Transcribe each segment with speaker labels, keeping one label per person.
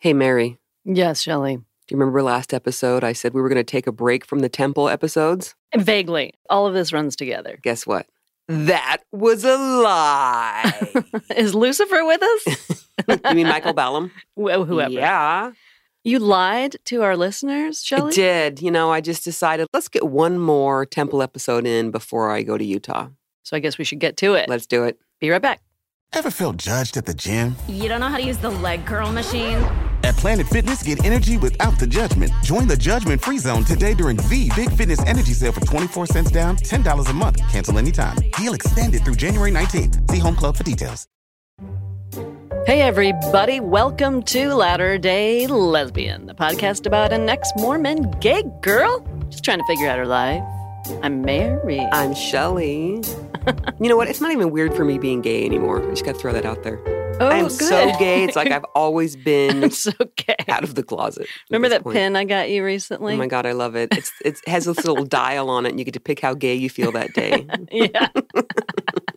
Speaker 1: Hey, Mary,
Speaker 2: Yes, Shelley.
Speaker 1: do you remember last episode I said we were going to take a break from the temple episodes?
Speaker 2: Vaguely. All of this runs together.
Speaker 1: Guess what? That was a lie.
Speaker 2: Is Lucifer with us?
Speaker 1: you mean Michael Ballum?
Speaker 2: Wh- Whoever.
Speaker 1: Yeah.
Speaker 2: You lied to our listeners,
Speaker 1: I
Speaker 2: Shelley?
Speaker 1: did. You know, I just decided let's get one more temple episode in before I go to Utah.
Speaker 2: So I guess we should get to it.
Speaker 1: Let's do it.
Speaker 2: Be right back.
Speaker 3: Ever felt judged at the gym?
Speaker 4: You don't know how to use the leg curl machine?
Speaker 3: At Planet Fitness, get energy without the judgment. Join the Judgment Free Zone today during the Big Fitness Energy Sale for 24 cents down, $10 a month. Cancel anytime. Deal extended through January 19th. See Home Club for details.
Speaker 2: Hey, everybody. Welcome to Latter day Lesbian, the podcast about an ex Mormon gay girl just trying to figure out her life. I'm Mary.
Speaker 1: I'm Shelly. you know what? It's not even weird for me being gay anymore. I just got to throw that out there.
Speaker 2: oh,
Speaker 1: I am so
Speaker 2: good.
Speaker 1: gay. It's like I've always been
Speaker 2: it's okay.
Speaker 1: out of the closet. at
Speaker 2: Remember
Speaker 1: this
Speaker 2: that
Speaker 1: point.
Speaker 2: pin I got you recently?
Speaker 1: Oh my god, I love it. It's it's it has this little dial on it, and you get to pick how gay you feel that day.
Speaker 2: yeah.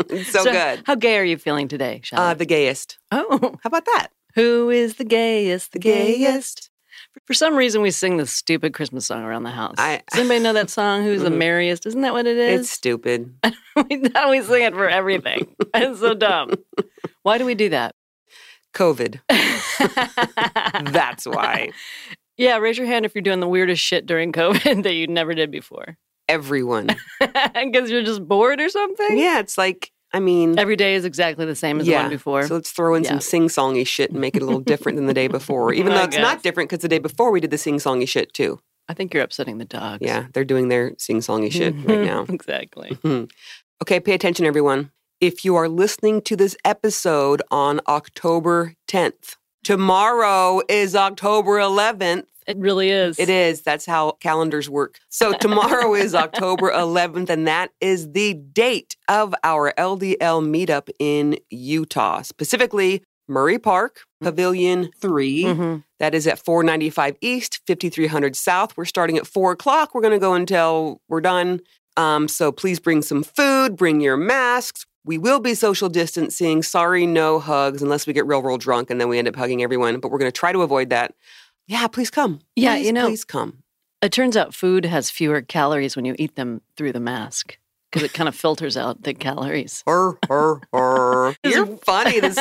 Speaker 1: It's so, good.
Speaker 2: How gay are you feeling today, Shelley?
Speaker 1: Uh, the gayest.
Speaker 2: oh.
Speaker 1: How about that?
Speaker 2: Who is the gayest? The
Speaker 1: gayest.
Speaker 2: For some reason, we sing this stupid Christmas song around the house.
Speaker 1: I-
Speaker 2: Does anybody know that song? Who's the
Speaker 1: Mhm.
Speaker 2: merriest? Isn't that what it
Speaker 1: It's
Speaker 2: is?
Speaker 1: stupid.
Speaker 2: we, now we sing it for everything. it's so dumb. Why do we do that?
Speaker 1: COVID. That's why
Speaker 2: yeah, raise your hand if you're doing the weirdest shit during COVID that you never did before.
Speaker 1: everyone.
Speaker 2: Because you're just bored or something?
Speaker 1: Yeah, it's like I mean,
Speaker 2: Every day is exactly the same as the
Speaker 1: yeah.
Speaker 2: one before.
Speaker 1: So let's throw in
Speaker 2: Yeah.
Speaker 1: some sing-songy shit and make it a little different than the day before. Even though
Speaker 2: I
Speaker 1: it's not
Speaker 2: guess.
Speaker 1: different because the day before we did the sing-songy shit too.
Speaker 2: I think you're upsetting the dogs.
Speaker 1: Yeah, they're doing their sing-songy shit
Speaker 2: Mm-hmm.
Speaker 1: right now.
Speaker 2: exactly.
Speaker 1: Okay, pay attention, everyone. If you are listening to this episode on October 10th, tomorrow is October 11th.
Speaker 2: It really is.
Speaker 1: It is. That's how calendars work. So, tomorrow is October 11th, and that is the date of our LDL meetup in Utah, specifically Murray Park, Pavilion 3.
Speaker 2: Mhm.
Speaker 1: That is at 495 East, 5300 South. We're starting at 4 o'clock. We're going to go until we're done. Um, so please bring some food, bring your masks. We will be social distancing. Sorry, no hugs unless we get real, real drunk and then we end up hugging everyone. But we're going to try to avoid that. Yeah, please come.
Speaker 2: Yeah,
Speaker 1: Please,
Speaker 2: you know-
Speaker 1: Please come.
Speaker 2: It turns out food has fewer calories when you eat them through the mask because it kind of filters out the calories.
Speaker 1: Hur, hur, hur. You're funny this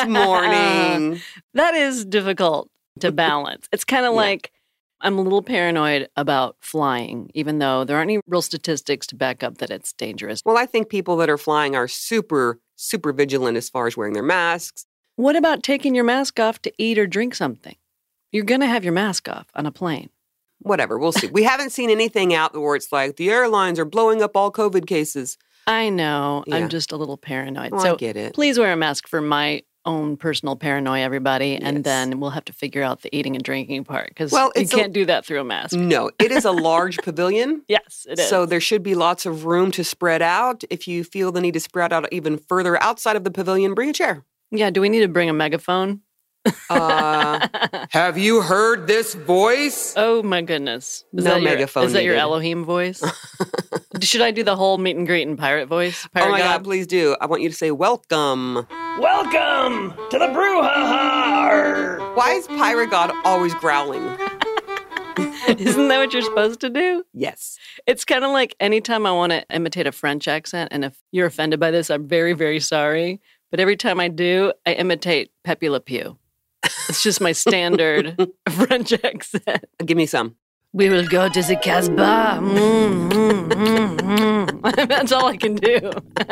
Speaker 1: morning.
Speaker 2: That is difficult to balance. It's kind of
Speaker 1: Yeah.
Speaker 2: like I'm a little paranoid about flying, even though there aren't any real statistics to back up that it's dangerous.
Speaker 1: Well, I think people that are flying are super, super vigilant as far as wearing their masks.
Speaker 2: What about taking your mask off to eat or drink something? You're going to have your mask off on a plane.
Speaker 1: whatever. We'll see. We haven't seen anything out where it's like the airlines are blowing up all COVID cases.
Speaker 2: I know.
Speaker 1: Yeah.
Speaker 2: I'm just a little paranoid.
Speaker 1: Oh,
Speaker 2: so
Speaker 1: I get it.
Speaker 2: please wear a mask for my own personal paranoia, everybody.
Speaker 1: Yes.
Speaker 2: And then we'll have to figure out the eating and drinking part because
Speaker 1: Well,
Speaker 2: you
Speaker 1: it's a-
Speaker 2: can't do that through a mask.
Speaker 1: No, it is a large pavilion.
Speaker 2: Yes, it is.
Speaker 1: So there should be lots of room to spread out. If you feel the need to spread out even further outside of the pavilion, bring a chair.
Speaker 2: yeah, do we need to bring a megaphone?
Speaker 1: Uh, have you heard this voice?
Speaker 2: Oh my goodness.
Speaker 1: No
Speaker 2: that your-
Speaker 1: megaphone
Speaker 2: Is that your
Speaker 1: needed.
Speaker 2: Elohim voice? Should I do the whole meet and greet in pirate voice? Pirate
Speaker 1: Oh my God,
Speaker 2: god.
Speaker 1: please do. I want you to say welcome.
Speaker 5: Welcome to the brouhaha.
Speaker 1: Why is Pirate God always growling?
Speaker 2: Isn't that what you're supposed to do?
Speaker 1: Yes.
Speaker 2: It's kind of like anytime I want to imitate a French accent, and if you're offended by this, I'm very, very sorry. But every time I do, I imitate Pepe Le Pew. It's just my standard French accent.
Speaker 1: Give me some.
Speaker 2: We will go to the Casbah. Mm, mm, mm, mm. That's all I can do.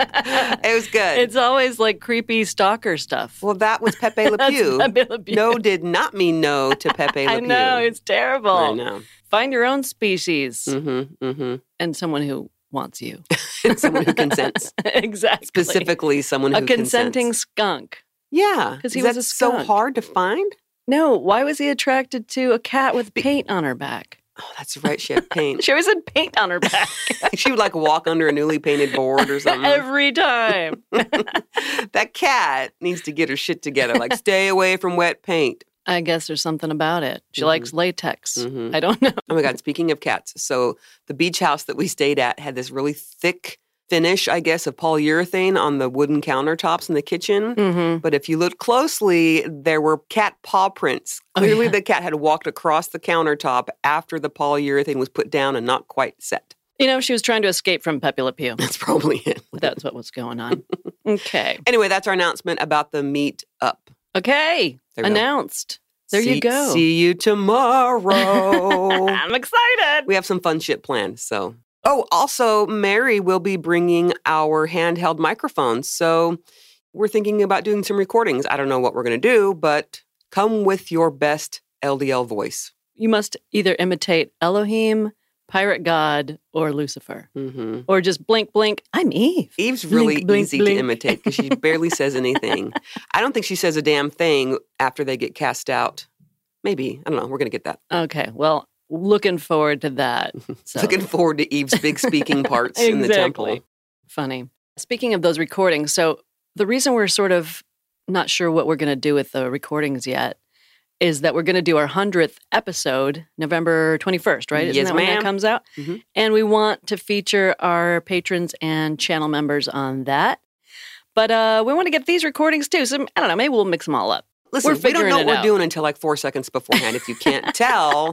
Speaker 1: It was good.
Speaker 2: It's always like creepy stalker stuff.
Speaker 1: well, that was Pepe Le
Speaker 2: That's
Speaker 1: Pew.
Speaker 2: Pepe Le Pew.
Speaker 1: No did not mean no to Pepe Le
Speaker 2: I
Speaker 1: Pew.
Speaker 2: know it's terrible.
Speaker 1: I know.
Speaker 2: Find your own species
Speaker 1: Mm-hmm. Mm-hmm.
Speaker 2: and someone who wants you.
Speaker 1: and someone who consents.
Speaker 2: exactly.
Speaker 1: Specifically, someone who
Speaker 2: A consenting
Speaker 1: consents.
Speaker 2: skunk.
Speaker 1: Yeah,
Speaker 2: 'Cause he
Speaker 1: Is
Speaker 2: was
Speaker 1: that
Speaker 2: a
Speaker 1: so
Speaker 2: skunk.
Speaker 1: hard to find.
Speaker 2: No, why was he attracted to a cat with paint on her back?
Speaker 1: Oh, that's right. She had paint.
Speaker 2: She always had paint on her back
Speaker 1: she would like walk under a newly painted board or something.
Speaker 2: every time.
Speaker 1: that cat needs to get her shit together. Like, stay away from wet paint.
Speaker 2: I guess there's something about it. She
Speaker 1: Mhm.
Speaker 2: likes latex.
Speaker 1: Mhm.
Speaker 2: I don't know.
Speaker 1: Oh my God. Speaking of cats, so the beach house that we stayed at had this really thick finish, I guess, of polyurethane on the wooden countertops in the kitchen.
Speaker 2: Mm-hmm.
Speaker 1: But if you look closely, there were cat paw prints.
Speaker 2: Oh,
Speaker 1: Clearly, the cat had walked across the countertop after the polyurethane was put down and not quite set.
Speaker 2: You know, she was trying to escape from Pepe Le Pew.
Speaker 1: That's probably it.
Speaker 2: That's what was going on. Okay.
Speaker 1: Anyway, that's our announcement about the meet up.
Speaker 2: Okay.
Speaker 1: There we go.
Speaker 2: Announced. There
Speaker 1: see,
Speaker 2: you go.
Speaker 1: See you
Speaker 2: Oh.
Speaker 1: tomorrow.
Speaker 4: I'm excited.
Speaker 1: we have some fun shit planned. So, oh, also, Mary will be bringing our handheld microphones. So, we're thinking about doing some recordings. I don't know what we're going to do, but come with your best LDL voice.
Speaker 2: You must either imitate Elohim, Pirate God, or Lucifer,
Speaker 1: hmm
Speaker 2: or just blink, blink. I'm Eve.
Speaker 1: Eve's really
Speaker 2: Blink, blink,
Speaker 1: easy
Speaker 2: blink.
Speaker 1: to imitate because she barely says anything. I don't think she says a damn thing after they get cast out. Maybe. I don't know. We're going to get that.
Speaker 2: Okay. Well, looking forward to that. So.
Speaker 1: Looking forward to Eve's big speaking parts in the temple.
Speaker 2: Exactly. Funny. Speaking of those recordings, so the reason we're sort of not sure what we're going to do with the recordings yet is that we're going to do our 100th episode November 21st, right? Isn't
Speaker 1: Yes,
Speaker 2: that when
Speaker 1: ma'am.
Speaker 2: that comes out?
Speaker 1: Mhm.
Speaker 2: And we want to feature our patrons and channel members on that. But uh, we want to get these recordings too. So I don't know, maybe we'll mix them all up.
Speaker 1: Listen,
Speaker 2: We're
Speaker 1: we don't
Speaker 2: figuring
Speaker 1: know
Speaker 2: it
Speaker 1: what we're
Speaker 2: out.
Speaker 1: doing until like four seconds beforehand. If you can't tell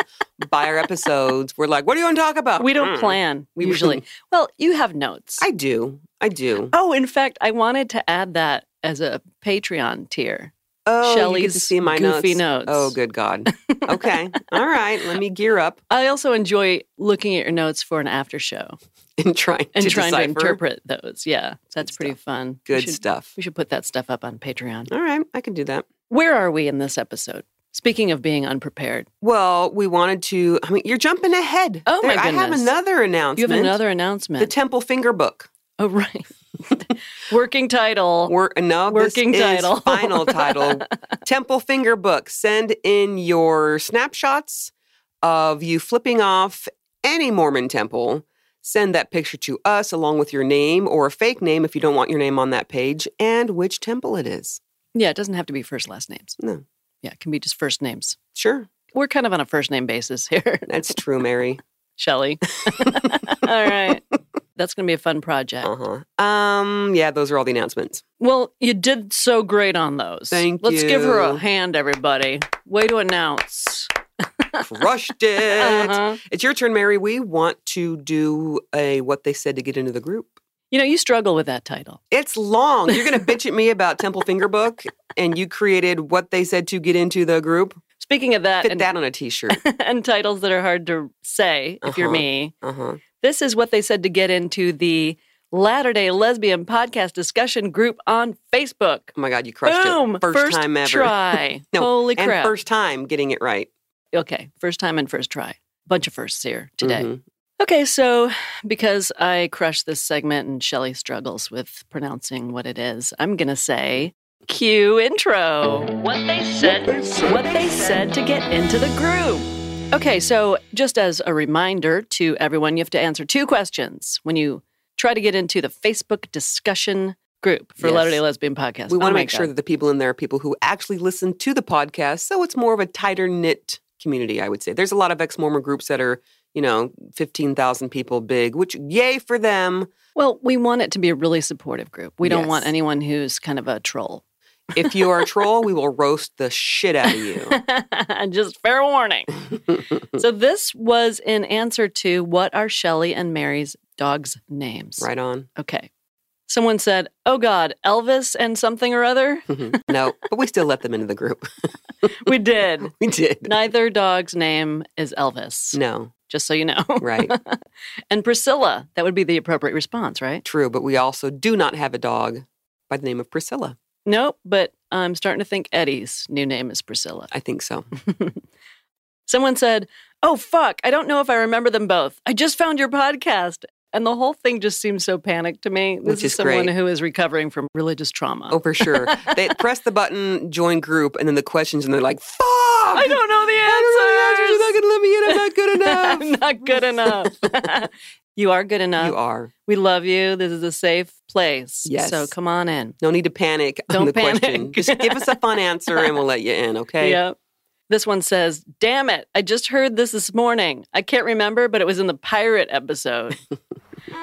Speaker 1: by our episodes, we're like, what are you going to talk about?
Speaker 2: We don't
Speaker 1: Mm.
Speaker 2: plan
Speaker 1: We
Speaker 2: usually.
Speaker 1: really-
Speaker 2: well, you have notes.
Speaker 1: I do. I do.
Speaker 2: oh, in fact, I wanted to add that as a Patreon tier.
Speaker 1: Oh, you get to
Speaker 2: Shelley's
Speaker 1: see my
Speaker 2: goofy
Speaker 1: notes.
Speaker 2: notes.
Speaker 1: Oh, good God. Okay. All right. Let me gear up
Speaker 2: I also enjoy looking at your notes for an after show
Speaker 1: and trying
Speaker 2: and
Speaker 1: to
Speaker 2: trying
Speaker 1: decipher.
Speaker 2: to interpret those. Yeah, that's pretty fun. We
Speaker 1: Good
Speaker 2: should-
Speaker 1: stuff.
Speaker 2: We should put that stuff up on Patreon.
Speaker 1: All right. I can do that.
Speaker 2: Where are we in this episode? Speaking of being unprepared,
Speaker 1: Well, we wanted to. I mean, you're jumping ahead.
Speaker 2: Oh, my
Speaker 1: There- I have
Speaker 2: goodness.
Speaker 1: another announcement.
Speaker 2: you have another
Speaker 1: The
Speaker 2: announcement.
Speaker 1: Temple Finger Book.
Speaker 2: oh, right. Working title.
Speaker 1: We're, no, this
Speaker 2: Working
Speaker 1: is
Speaker 2: title.
Speaker 1: final title. Temple Finger Book. Send in your snapshots of you flipping off any Mormon temple. Send that picture to us along with your name or a fake name if you don't want your name on that page and which temple it is.
Speaker 2: yeah, it doesn't have to be first last names.
Speaker 1: No.
Speaker 2: Yeah, it can be just first names.
Speaker 1: Sure.
Speaker 2: We're kind of on a first name basis here,
Speaker 1: That's true, Mary.
Speaker 2: Shelley. All right. That's going to be a fun project.
Speaker 1: Uh-huh. Um, yeah, those are all the announcements.
Speaker 2: Well, you did so great on those.
Speaker 1: Thank
Speaker 2: Let's give her a
Speaker 1: you.
Speaker 2: hand, everybody. Way to announce.
Speaker 1: Crushed it.
Speaker 2: Uh-huh.
Speaker 1: It's your turn, Mary. We want to do a what they said to get into the group.
Speaker 2: You know, you struggle with that title.
Speaker 1: It's long. You're going to bitch at me about Temple Finger Book, and you created what they said to get into the group.
Speaker 2: Speaking of that,
Speaker 1: Fit
Speaker 2: Uh, and,
Speaker 1: that on a t-shirt.
Speaker 2: and titles that are hard to say if you're
Speaker 1: Uh-huh.
Speaker 2: me,
Speaker 1: Uh-huh.
Speaker 2: this is what they said to get into the Latter day Lesbian Podcast Discussion Group on Facebook.
Speaker 1: Oh my God, you crushed
Speaker 2: Boom!
Speaker 1: it. First,
Speaker 2: First
Speaker 1: time ever.
Speaker 2: try.
Speaker 1: No,
Speaker 2: Holy
Speaker 1: and
Speaker 2: crap.
Speaker 1: first time getting it right.
Speaker 2: okay, first time and first try. Bunch of firsts here today.
Speaker 1: Mhm.
Speaker 2: Okay, so because I crushed this segment and Shelley struggles with pronouncing what it is, I'm going to say cue intro. What they said, what they said, to get into the groove. Okay, so just as a reminder to everyone, you have to answer two questions when you try to get into the Facebook discussion group for
Speaker 1: Yes.
Speaker 2: Latter day Lesbian Podcast.
Speaker 1: We
Speaker 2: Oh
Speaker 1: want to
Speaker 2: my
Speaker 1: make sure
Speaker 2: God.
Speaker 1: that the people in there are people who actually listen to the podcast, so it's more of a tighter knit community. I would say there's a lot of ex-Mormon groups that are, you know, fifteen thousand people big, which yay for them.
Speaker 2: Well, we want it to be a really supportive group. We don't
Speaker 1: Yes.
Speaker 2: want anyone who's kind of a troll.
Speaker 1: If you are a troll, we will roast the shit out of you.
Speaker 2: Just fair warning. so this was in answer to what are Shelley and Mary's dogs' names?
Speaker 1: Right on.
Speaker 2: Okay. Someone said, "Oh God, Elvis and something or other."
Speaker 1: Mhm. No, but we still let them into the group.
Speaker 2: We did.
Speaker 1: We did.
Speaker 2: Neither dog's name is Elvis.
Speaker 1: No,
Speaker 2: Just so you know.
Speaker 1: right.
Speaker 2: And Priscilla, that would be the appropriate response, right?
Speaker 1: True, but we also do not have a dog by the name of Priscilla.
Speaker 2: Nope. But I'm starting to think Eddie's new name is Priscilla.
Speaker 1: I think so.
Speaker 2: Someone said, Oh, fuck, I don't know if I remember them both. I just found your podcast. And the whole thing just seems so panicked to me. This
Speaker 1: Which is
Speaker 2: someone
Speaker 1: great.
Speaker 2: who is recovering from religious trauma.
Speaker 1: Oh, for sure. they press the button, join group, and then the questions, and they're like, "Fuck!
Speaker 2: I don't
Speaker 1: You're
Speaker 2: know the
Speaker 1: not gonna let
Speaker 2: answers.
Speaker 1: me in. I'm not good enough."
Speaker 2: I'm not good enough. you are good enough.
Speaker 1: You are.
Speaker 2: We love you. This is a safe place.
Speaker 1: Yes.
Speaker 2: So come on in.
Speaker 1: No need to panic on
Speaker 2: Don't
Speaker 1: the question.
Speaker 2: panic.
Speaker 1: Just give us a fun answer, and we'll let you in. Okay.
Speaker 2: Yep. This one says, Damn it, I just heard this this morning. I can't remember, but it was in the pirate episode.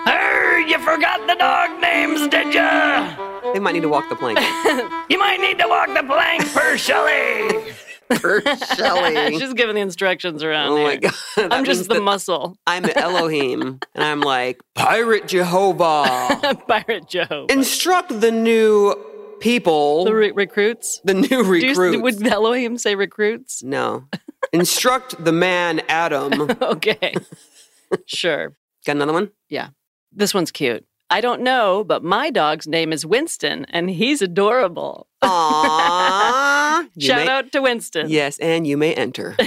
Speaker 5: Arr, you forgot the dog names, did ya?
Speaker 1: They might need to walk the plank.
Speaker 5: You might need to walk the plank, per Shelley.
Speaker 1: Per Shelley.
Speaker 2: She's giving the instructions around.
Speaker 1: oh my
Speaker 2: here.
Speaker 1: god. That
Speaker 2: I'm
Speaker 1: means
Speaker 2: just the
Speaker 1: that
Speaker 2: muscle.
Speaker 1: I'm an Elohim, and I'm like pirate Jehovah.
Speaker 2: Pirate Joe.
Speaker 1: Instruct the new people,
Speaker 2: the
Speaker 1: the,
Speaker 2: re- recruits.
Speaker 1: new
Speaker 2: Do you-
Speaker 1: recruits.
Speaker 2: would Elohim say recruits?
Speaker 1: no, instruct the man Adam.
Speaker 2: Okay. sure.
Speaker 1: Got another one?
Speaker 2: Yeah. This one's cute. I don't know, but my dog's name is Winston, and he's adorable.
Speaker 1: Aww. You
Speaker 2: Shout
Speaker 1: may-
Speaker 2: out to Winston.
Speaker 1: Yes, and you may enter.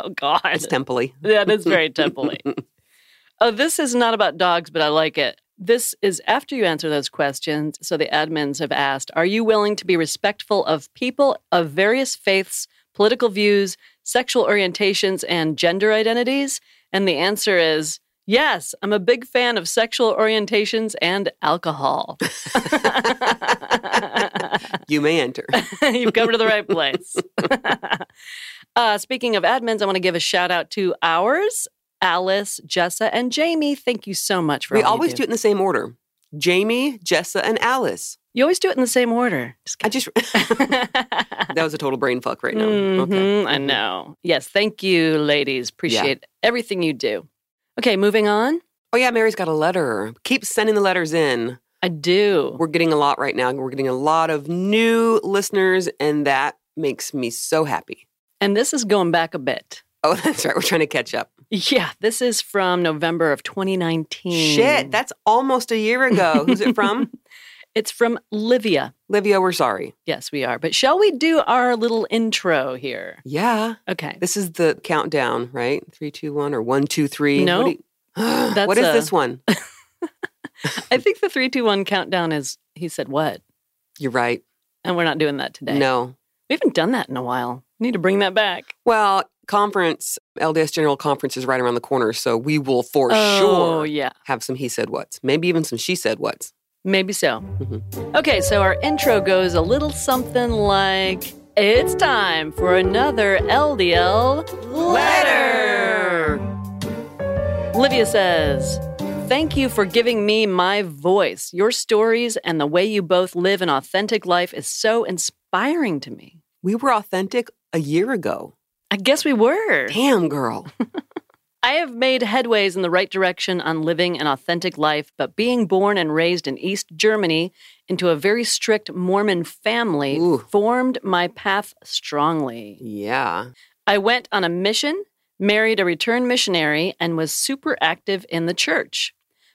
Speaker 2: Oh God.
Speaker 1: It's templey.
Speaker 2: That is very temple Oh, this is not about dogs, but I like it. This is after you answer those questions. So the admins have asked Are you willing to be respectful of people of various faiths, political views, sexual orientations, and gender identities? And the answer is yes, I'm a big fan of sexual orientations and alcohol.
Speaker 1: You may enter.
Speaker 2: You've come to the right place. uh, speaking of admins, I want to give a shout out to ours, Alice, Jessa, and Jamie. Thank you so much for
Speaker 1: We
Speaker 2: all
Speaker 1: always
Speaker 2: you
Speaker 1: do it in the same order. Jamie, Jessa, and Alice.
Speaker 2: You always do it in the same order. Just
Speaker 1: I just that was a total brain fuck right now. Okay. Mm-hmm.
Speaker 2: Mhm, I know. Yes, thank you, ladies. Appreciate everything you do. Okay, moving on.
Speaker 1: Oh yeah, Mary's got a letter. Keep sending the letters in.
Speaker 2: I do.
Speaker 1: We're getting a lot right now. We're getting a lot of new listeners, and that makes me so happy.
Speaker 2: And this is going back a bit.
Speaker 1: Oh, that's right. We're trying to catch up.
Speaker 2: Yeah, this is from November of 2019.
Speaker 1: Shit, that's almost a year ago. Who's it from?
Speaker 2: it's from Livia.
Speaker 1: Livia, we're sorry.
Speaker 2: Yes, we are. But shall we do our little intro here?
Speaker 1: Yeah.
Speaker 2: Okay.
Speaker 1: This is the countdown, right? Three, two, one, or one, two, three.
Speaker 2: No.
Speaker 1: What, do you- what is
Speaker 2: a-
Speaker 1: this one?
Speaker 2: I think the three, two, one countdown is he said what,
Speaker 1: You're right.
Speaker 2: and we're not doing that today.
Speaker 1: No.
Speaker 2: we haven't done that in a while. Need to bring that back.
Speaker 1: Well, conference, LDS General Conference is right around the corner, so we will for
Speaker 2: Oh
Speaker 1: sure
Speaker 2: yeah,
Speaker 1: have some he said what's, maybe even some she said what's.
Speaker 2: maybe so.
Speaker 1: Mm-hmm.
Speaker 2: Okay, so our intro goes a little something like. It's time for another LDL letter. Livia says, Thank you for giving me my voice. Your stories and the way you both live an authentic life is so inspiring to me.
Speaker 1: We were authentic a year ago.
Speaker 2: I guess we were.
Speaker 1: Damn, girl.
Speaker 2: I have made headways in the right direction on living an authentic life, but being born and raised in East Germany into a very strict Mormon family
Speaker 1: Ooh.
Speaker 2: formed my path strongly.
Speaker 1: yeah.
Speaker 2: I went on a mission, married a returned missionary, and was super active in the church.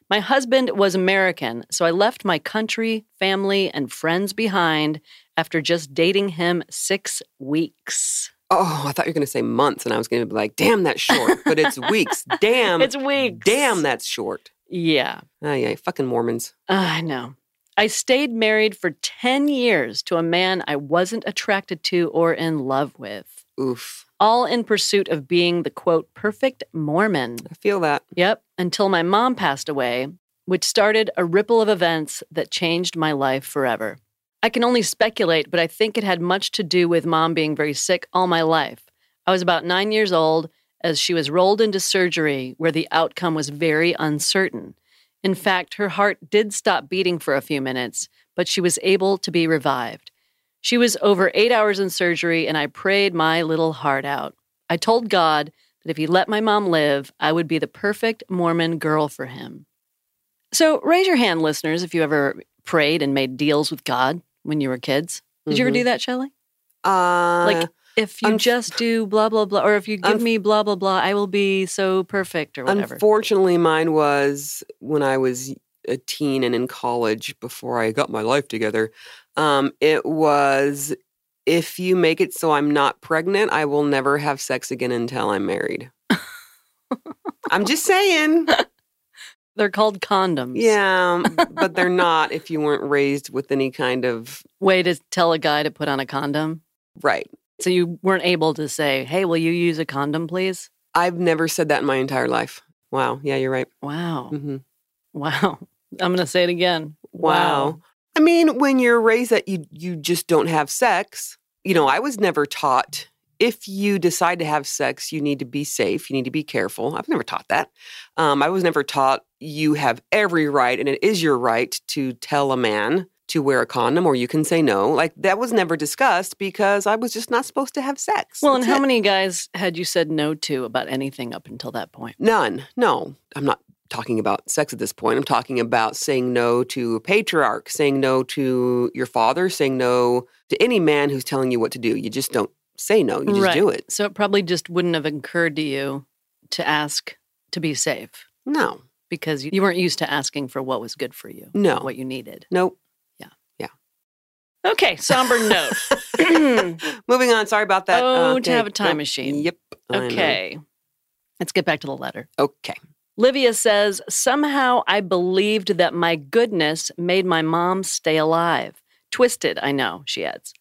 Speaker 2: My husband was American, so I left my country, family, and friends behind after just dating him six weeks.
Speaker 1: Oh, I thought you were going to say months, and I was going to be like, damn, that's short. But it's weeks. Damn.
Speaker 2: It's weeks.
Speaker 1: Damn, that's short.
Speaker 2: Yeah.
Speaker 1: Oh, yeah. Fucking Mormons.
Speaker 2: Ah, I know. I stayed married for 10 years to a man I wasn't attracted to or in love with,
Speaker 1: Oof.
Speaker 2: all in pursuit of being the quote, perfect Mormon.
Speaker 1: I feel that.
Speaker 2: Yep, until my mom passed away, which started a ripple of events that changed my life forever. I can only speculate, but I think it had much to do with mom being very sick all my life. I was about nine years old as she was rolled into surgery where the outcome was very uncertain. In fact, her heart did stop beating for a few minutes, but she was able to be revived. She was over eight hours in surgery, and I prayed my little heart out. I told God that if He let my mom live, I would be the perfect Mormon girl for Him. So raise your hand, listeners, if you ever prayed and made deals with God when you were kids. Did you ever do that, Shelley?
Speaker 1: Uh,
Speaker 2: Like, if you
Speaker 1: unf-
Speaker 2: just do blah, blah, blah, or if you give
Speaker 1: Unf-
Speaker 2: me blah, blah, blah, I will be so perfect or whatever.
Speaker 1: Unfortunately, mine was when I was a teen and in college before I got my life together. Um, it was if you make it so I'm not pregnant, I will never have sex again until I'm married. I'm just saying.
Speaker 2: They're called condoms.
Speaker 1: Yeah, um, but they're not if you weren't raised with any kind of
Speaker 2: Way to tell a guy to put on a condom.
Speaker 1: right.
Speaker 2: So you weren't able to say, hey, will you use a condom, please?
Speaker 1: I've never said that in my entire life. Wow. Yeah, you're
Speaker 2: Oh,
Speaker 1: right.
Speaker 2: Wow.
Speaker 1: hmm
Speaker 2: Wow. I'm going to say it again.
Speaker 1: Wow. I mean, when you're raised that you you just don't have sex, you know, I was never taught if you decide to have sex, you need to be safe. You need to be careful. I've never taught that. Um, I was never taught you have every right, and it is your right to tell a man to wear a condom or you can say no. Like that was never discussed because I was just not supposed to have sex.
Speaker 2: Well, and
Speaker 1: That's
Speaker 2: how
Speaker 1: it.
Speaker 2: many guys had you said no to about anything up until that point?
Speaker 1: None. No, I'm not talking about sex at this point. I'm talking about saying no to a patriarch, saying no to your father, saying no to any man who's telling you what to do. You just don't say no. You just
Speaker 2: right.
Speaker 1: do it.
Speaker 2: So it probably just wouldn't have occurred to you to ask to be safe
Speaker 1: No.
Speaker 2: because you you weren't used to asking for what was good for you,
Speaker 1: No.
Speaker 2: what you needed.
Speaker 1: Nope.
Speaker 2: Okay, somber note.
Speaker 1: Moving on. Sorry about that.
Speaker 2: Oh,
Speaker 1: Uh,
Speaker 2: to have
Speaker 1: okay.
Speaker 2: a time
Speaker 1: Nope.
Speaker 2: machine.
Speaker 1: Yep. I know.
Speaker 2: okay, let's get back to the letter.
Speaker 1: Okay.
Speaker 2: Livia says, Somehow I believed that my goodness made my mom stay alive. Twisted, I know, she adds.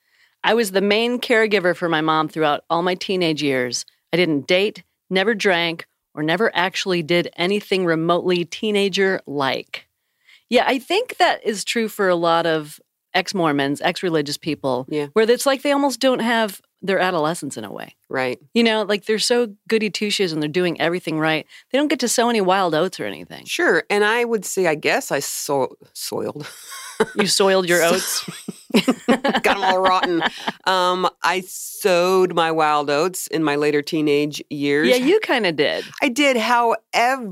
Speaker 2: I was the main caregiver for my mom throughout all my teenage years. I didn't date, never drank, or never actually did anything remotely teenager like. Yeah, I think that is true for a lot of ex Mormons, ex religious people,
Speaker 1: Yeah.
Speaker 2: where it's like they almost don't have their adolescence in a way.
Speaker 1: Right.
Speaker 2: You know, like they're so goody two shoes and they're doing everything right. They don't get to sow any wild oats or anything.
Speaker 1: Sure. And I would say, I guess I so- soiled.
Speaker 2: You soiled your oats.
Speaker 1: got them all rotten. Um, I sowed my wild oats in my later teenage years.
Speaker 2: yeah, you kind of did.
Speaker 1: I did. However,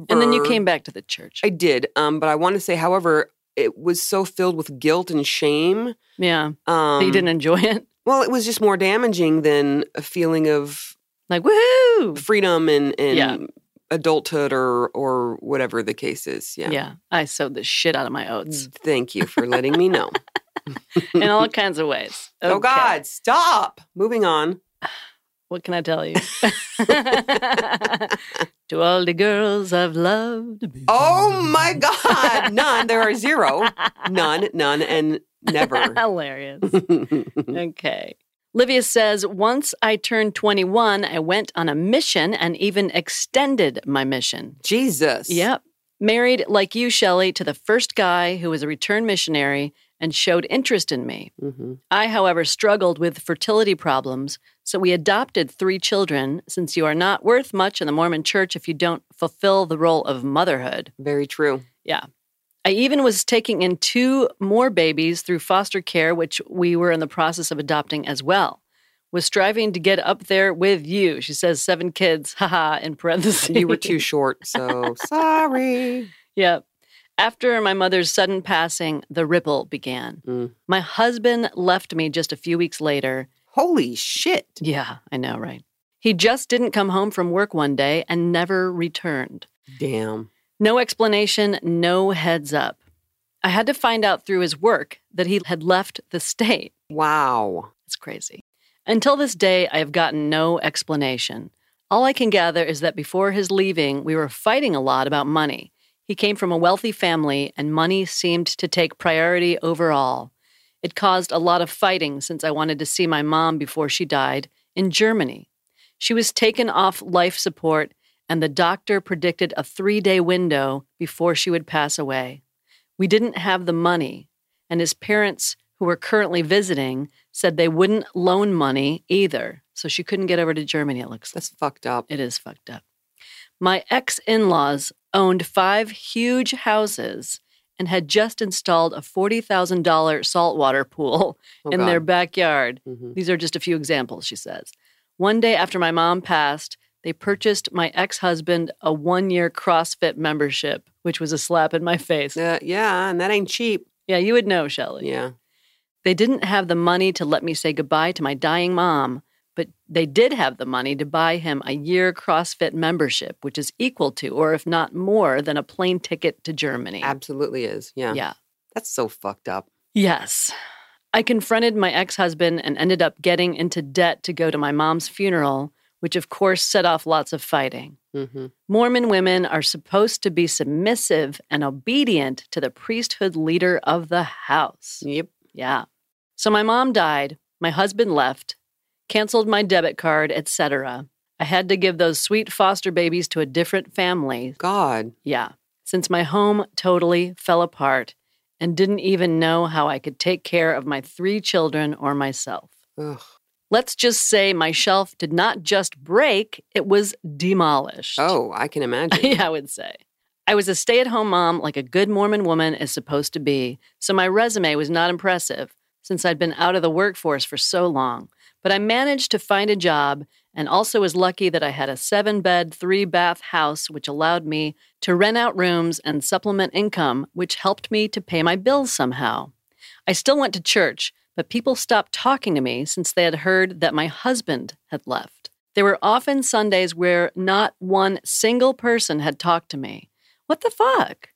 Speaker 2: And then you came back to the church.
Speaker 1: I did. Um, but I want to say, however, it was so filled with guilt and shame.
Speaker 2: yeah.
Speaker 1: Um,
Speaker 2: that you didn't enjoy it.
Speaker 1: Well, it was just more damaging than a feeling of
Speaker 2: Like, woohoo.
Speaker 1: freedom and, and
Speaker 2: Yeah.
Speaker 1: adulthood or or whatever the case is.
Speaker 2: Yeah.
Speaker 1: Yeah.
Speaker 2: I sowed the shit out of my oats
Speaker 1: Thank you for letting me know.
Speaker 2: in all kinds of ways.
Speaker 1: Mm. Oh
Speaker 2: Okay.
Speaker 1: God, stop. Moving on.
Speaker 2: What can I tell you? to all the girls I've loved. before.
Speaker 1: Oh my God. None. There are zero. None, none, and never.
Speaker 2: Hilarious. Okay. Livia says, once I turned 21, I went on a mission and even extended my mission.
Speaker 1: Jesus.
Speaker 2: Yep. Married, like you, Shelley, to the first guy who was a return missionary and showed interest in me.
Speaker 1: hmm
Speaker 2: I, however, struggled with fertility problems, so we adopted three children since you are not worth much in the Mormon church if you don't fulfill the role of motherhood.
Speaker 1: Very true.
Speaker 2: Yeah. I even was taking in two more babies through foster care, which we were in the process of adopting as well. Was striving to get up there with you. She says seven kids, haha, in parentheses.
Speaker 1: You were too short, so sorry.
Speaker 2: Yep. After my mother's sudden passing, the ripple began.
Speaker 1: Mm.
Speaker 2: My husband left me just a few weeks later.
Speaker 1: Holy shit.
Speaker 2: Yeah, I know, right? He just didn't come home from work one day and never returned.
Speaker 1: Damn.
Speaker 2: No explanation, no heads up. I had to find out through his work that he had left the state.
Speaker 1: Wow.
Speaker 2: It's crazy. Until this day, I have gotten no explanation. All I can gather is that before his leaving, we were fighting a lot about money. He came from a wealthy family, and money seemed to take priority overall. It caused a lot of fighting since I wanted to see my mom before she died in Germany. She was taken off life support, and the doctor predicted a three day window before she would pass away. We didn't have the money, and his parents, who were currently visiting, said they wouldn't loan money either. So she couldn't get over to Germany, it looks like.
Speaker 1: That's fucked up.
Speaker 2: It is fucked up. My ex in laws owned five huge houses and had just installed a $40,000 saltwater pool
Speaker 1: Oh,
Speaker 2: in their backyard.
Speaker 1: Mhm.
Speaker 2: These are just a few examples, she says. One day after my mom passed, they purchased my ex husband a one year CrossFit membership, which was a slap in my face.
Speaker 1: Uh, yeah, and that ain't cheap.
Speaker 2: Yeah, you would know, Shelley.
Speaker 1: Yeah.
Speaker 2: They didn't have the money to let me say goodbye to my dying mom, but they did have the money to buy him a year CrossFit membership, which is equal to, or if not more, than a plane ticket to Germany.
Speaker 1: Absolutely is. Yeah.
Speaker 2: Yeah.
Speaker 1: That's so fucked up.
Speaker 2: Yes. I confronted my ex husband and ended up getting into debt to go to my mom's funeral, which of course set off lots of fighting.
Speaker 1: hmm
Speaker 2: Mormon women are supposed to be submissive and obedient to the priesthood leader of the house.
Speaker 1: Yep.
Speaker 2: Yeah. So my mom died, my husband left, canceled my debit card, etc. I had to give those sweet foster babies to a different family.
Speaker 1: God.
Speaker 2: Yeah. Since my home totally fell apart and didn't even know how I could take care of my three children or myself.
Speaker 1: Ugh.
Speaker 2: Let's just say my shelf did not just break, it was demolished.
Speaker 1: Oh, I can imagine.
Speaker 2: yeah, I would say. I was a stay at home mom, like a good Mormon woman is supposed to be, so my resume was not impressive since I'd been out of the workforce for so long. But I managed to find a job and also was lucky that I had a seven bed, three bath house, which allowed me to rent out rooms and supplement income, which helped me to pay my bills somehow. I still went to church, but people stopped talking to me since they had heard that my husband had left. There were often Sundays where not one single person had talked to me. What the fuck?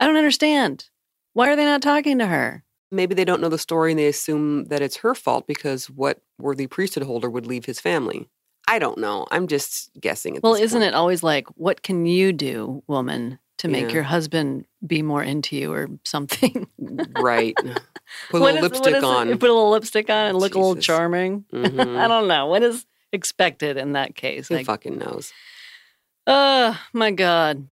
Speaker 2: I don't understand. Why are they not talking to her?
Speaker 1: Maybe they don't know the story and they assume that it's her fault because what worthy priesthood holder would leave his family? I don't know. I'm just guessing. At
Speaker 2: Well, isn't it always like, what can you do, woman, to make
Speaker 1: Yeah.
Speaker 2: your husband be more into you or something?
Speaker 1: it right? Put a
Speaker 2: What
Speaker 1: little
Speaker 2: is- what
Speaker 1: lipstick
Speaker 2: is it?
Speaker 1: on.
Speaker 2: You Put a little lipstick on and look a little
Speaker 1: Jesus.
Speaker 2: charming.
Speaker 1: Mhm.
Speaker 2: I don't know. What is expected in that case?
Speaker 1: Who
Speaker 2: I
Speaker 1: fucking knows?
Speaker 2: Oh, my God.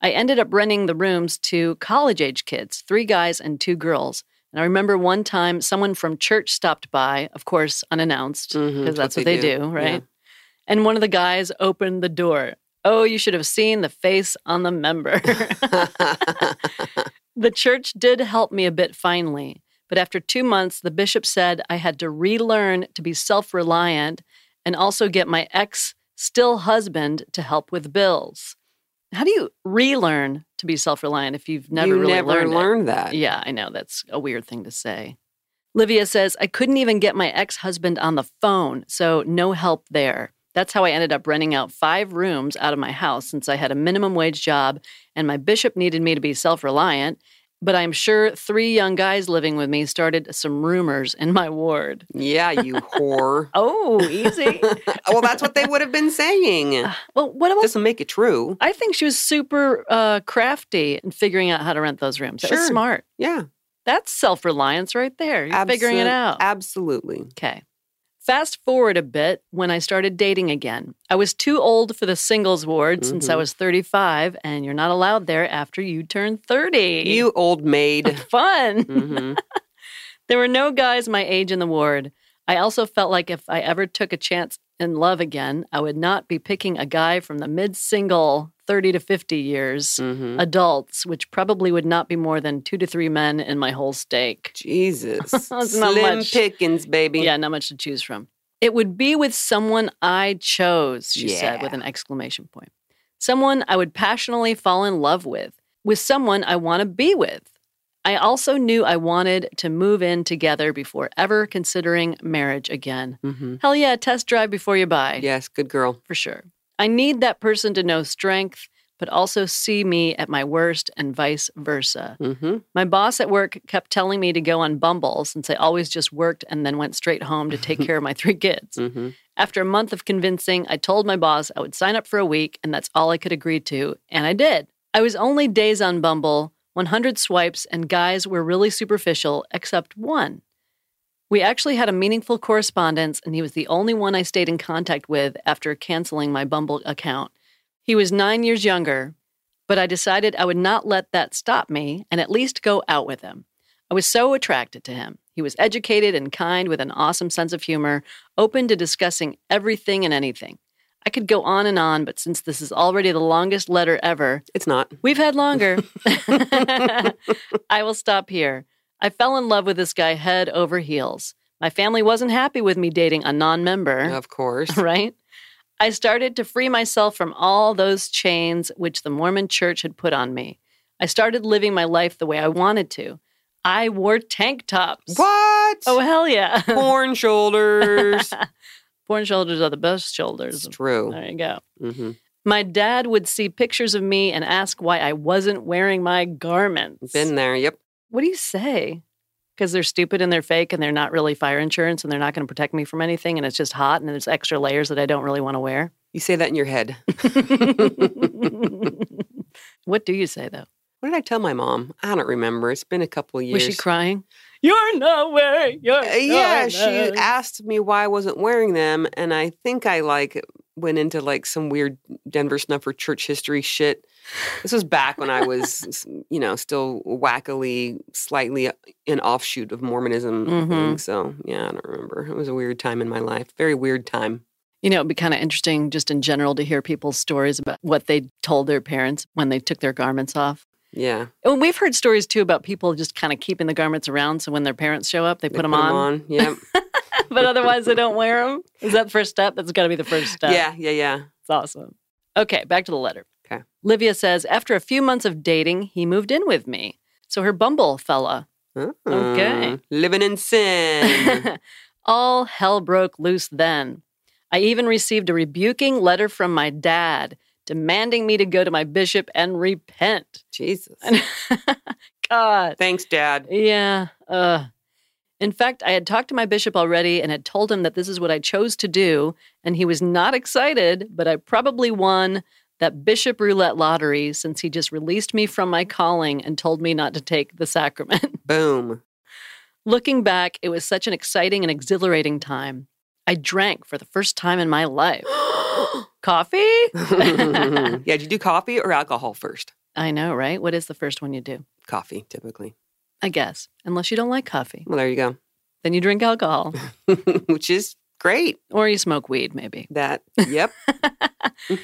Speaker 2: I ended up renting the rooms to college age kids, three guys and two girls. And I remember one time someone from church stopped by, of course, unannounced, because
Speaker 1: Mhm, it's
Speaker 2: that's Mm-hmm, what they, do, right?
Speaker 1: Yeah.
Speaker 2: And one of the guys opened the door. Oh, you should have seen the face on the member. the church did help me a bit finally, but after two months, the bishop said I had to relearn to be self reliant and also get my ex still husband to help with bills. How do you relearn to be self reliant if you've never
Speaker 1: you
Speaker 2: really
Speaker 1: never
Speaker 2: learned, it?
Speaker 1: learned that.
Speaker 2: Uh, Yeah, I know. That's a weird thing to say. Livia says, I couldn't even get my ex husband on the phone, so no help there. That's how I ended up renting out five rooms out of my house since I had a minimum wage job and my bishop needed me to be self reliant. But I'm sure three young guys living with me started some rumors in my ward.
Speaker 1: Yeah, you whore.
Speaker 2: Oh, easy.
Speaker 1: well, that's what they would have been saying.
Speaker 2: well, what about?
Speaker 1: Doesn't make it true.
Speaker 2: I think she was super uh, crafty in figuring out how to rent those rooms. That was
Speaker 1: Sure.
Speaker 2: smart.
Speaker 1: Yeah,
Speaker 2: That's self reliance right there. You're figuring it
Speaker 1: Absol-
Speaker 2: out.
Speaker 1: Absolutely.
Speaker 2: Okay. Fast forward a bit when I started dating again. I was too old for the singles ward since I was 35, and you're not allowed there after you turn 30.
Speaker 1: You old maid.
Speaker 2: fun.
Speaker 1: hmm
Speaker 2: There were no guys my age in the ward. I also felt like if I ever took a chance in love again, I would not be picking a guy from the mid single 30 to 50 years
Speaker 1: hmm
Speaker 2: adults, which probably would not be more than two to three men in my whole stake.
Speaker 1: Jesus.
Speaker 2: That's
Speaker 1: Slim
Speaker 2: not much.
Speaker 1: pickings, baby.
Speaker 2: Yeah, not much to choose from. It would be with someone I chose, she said with
Speaker 1: Yeah.
Speaker 2: an exclamation point. Someone I would passionately fall in love with, with someone I want to be with. I also knew I wanted to move in together before ever considering marriage again.
Speaker 1: Mhm.
Speaker 2: Hell yeah, test drive before you buy
Speaker 1: Yes, good girl.
Speaker 2: for sure. I need that person to know strength, but also see me at my worst and vice versa.
Speaker 1: hmm
Speaker 2: My boss at work kept telling me to go on Bumble since I always just worked and then went straight home to take care of my three kids.
Speaker 1: hmm
Speaker 2: After a month of convincing, I told my boss I would sign up for a week and that's all I could agree to, and I did. I was only days on Bumble, 100 swipes, and guys were really superficial except one. We actually had a meaningful correspondence, and he was the only one I stayed in contact with after canceling my Bumble account. He was nine years younger, but I decided I would not let that stop me and at least go out with him. I was so attracted to him. He was educated and kind with an awesome sense of humor, open to discussing everything and anything. I could go on and on, but since this is already the longest letter ever,
Speaker 1: It's not.
Speaker 2: We've had longer. I will stop here. I fell in love with this guy head over heels. My family wasn't happy with me dating a non member,
Speaker 1: Of course.
Speaker 2: right? I started to free myself from all those chains which the Mormon church had put on me. I started living my life the way I wanted to. I wore tank tops.
Speaker 1: What?
Speaker 2: Oh, hell yeah.
Speaker 1: Porn shoulders.
Speaker 2: Porn shoulders are the best shoulders.
Speaker 1: it's true.
Speaker 2: There you go.
Speaker 1: hmm
Speaker 2: My dad would see pictures of me and ask why I wasn't wearing my garments.
Speaker 1: Been there. Yep.
Speaker 2: what do you say? Because they're stupid and they're fake and they're not really fire insurance and they're not going to protect me from anything and it's just hot and there's extra layers that I don't really want to wear.
Speaker 1: You say that in your head.
Speaker 2: what do you say though?
Speaker 1: What did I tell my mom? I don't remember. It's been a couple of years.
Speaker 2: Was she crying? You're not wearing. You're
Speaker 1: Uh, yeah,
Speaker 2: not
Speaker 1: she
Speaker 2: wearing."
Speaker 1: asked me why I wasn't wearing them, and I think I like went into like some weird Denver snuffer church history shit. This was back when I was, you know, still wackily, slightly uh, an offshoot of Mormonism. I
Speaker 2: Mhm.
Speaker 1: think. So yeah, I don't remember. It was a weird time in my life. Very weird time.
Speaker 2: You know, it'd be kind of interesting just in general to hear people's stories about what they told their parents when they took their garments off.
Speaker 1: Yeah,
Speaker 2: And we've heard stories too about people just kind of keeping the garments around so when their parents show up, they,
Speaker 1: They
Speaker 2: put, them, on,
Speaker 1: Yeah,
Speaker 2: but otherwise they don't wear them. Is that the first step? That's got to be the first step.
Speaker 1: yeah, yeah, yeah.
Speaker 2: It's awesome. Okay, back to the letter.
Speaker 1: Okay.
Speaker 2: Livia says, after a few months of dating, he moved in with me. So her bumble fella. Okay.
Speaker 1: Mm, living in sin.
Speaker 2: All hell broke loose then. I even received a rebuking letter from my dad demanding me to go to my bishop and repent.
Speaker 1: Jesus.
Speaker 2: God.
Speaker 1: Thanks, Dad.
Speaker 2: Yeah. Uh. In fact, I had talked to my bishop already and had told him that this is what I chose to do, and he was not excited, but I probably won that bishop roulette lottery since he just released me from my calling and told me not to take the sacrament.
Speaker 1: Boom.
Speaker 2: Looking back, it was such an exciting and exhilarating time. I drank for the first time in my life. Coffee?
Speaker 1: yeah, do you do coffee or alcohol first?
Speaker 2: I know, right? What is the first one you do?
Speaker 1: Coffee, typically.
Speaker 2: I guess, unless you don't like coffee,
Speaker 1: Well, there you go.
Speaker 2: then you drink alcohol
Speaker 1: Which is great.
Speaker 2: or you smoke weed, maybe.
Speaker 1: That, yep.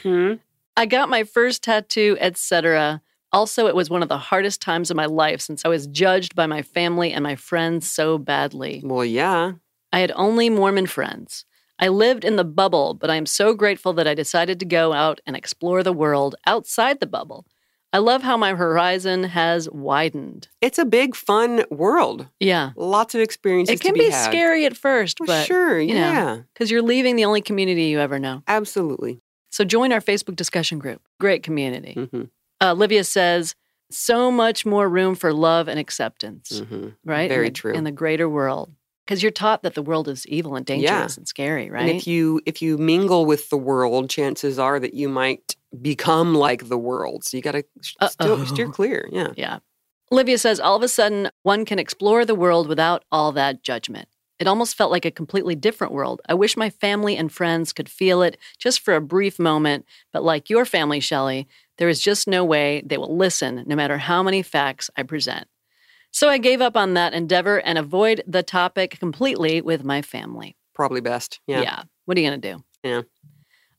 Speaker 1: hmm
Speaker 2: I got my first tattoo, etc. Also, it was one of the hardest times of my life since I was judged by my family and my friends so badly.
Speaker 1: Well, yeah.
Speaker 2: I had only Mormon friends. I lived in the bubble, but I am so grateful that I decided to go out and explore the world outside the bubble. I love how my horizon has widened.
Speaker 1: It's a big, fun world.
Speaker 2: Yeah.
Speaker 1: Lots of experiences.
Speaker 2: It can
Speaker 1: to
Speaker 2: be,
Speaker 1: be, had.
Speaker 2: scary at first,
Speaker 1: Well,
Speaker 2: but
Speaker 1: sure,
Speaker 2: you know.
Speaker 1: yeah.
Speaker 2: because you're leaving the only community you ever know.
Speaker 1: Absolutely.
Speaker 2: So join our Facebook discussion group. Great community.
Speaker 1: hmm
Speaker 2: Uh, Olivia says, so much more room for love and acceptance,
Speaker 1: hmm
Speaker 2: right?
Speaker 1: Very
Speaker 2: in the,
Speaker 1: true.
Speaker 2: In the greater world. Because you're taught that the world is evil and dangerous and scary, right?
Speaker 1: And if you if you mingle with the world, chances are that you might become like the world. So you got to
Speaker 2: Uh-oh.
Speaker 1: still steer clear. Yeah.
Speaker 2: yeah. Olivia says, all of a sudden, one can explore the world without all that judgment. It almost felt like a completely different world. I wish my family and friends could feel it just for a brief moment, but like your family, Shelley, there is just no way they will listen, no matter how many facts I present. So I gave up on that endeavor and avoid the topic completely with my family.
Speaker 1: Probably best.
Speaker 2: Yeah.
Speaker 1: Yeah.
Speaker 2: What are you going to do?
Speaker 1: Yeah.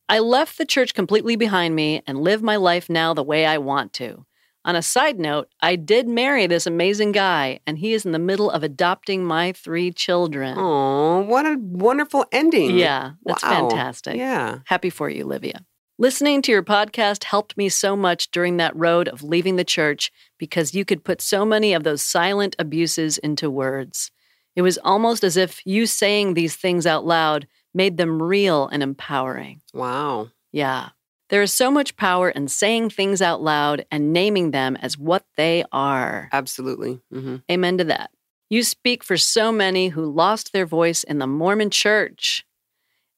Speaker 2: I left the church completely behind me and live my life now the way I want to. On a side note, I did marry this amazing guy, and he is in the middle of adopting my three children.
Speaker 1: Oh, what a wonderful ending.
Speaker 2: Yeah, that's
Speaker 1: Wow.
Speaker 2: fantastic.
Speaker 1: Yeah.
Speaker 2: Happy for you, Livia. Listening to your podcast helped me so much during that road of leaving the church because you could put so many of those silent abuses into words. It was almost as if you saying these things out loud made them real and empowering.
Speaker 1: Wow.
Speaker 2: Yeah. There is so much power in saying things out loud and naming them as what they are.
Speaker 1: Absolutely. hmm
Speaker 2: Amen to that. You speak for so many who lost their voice in the Mormon church.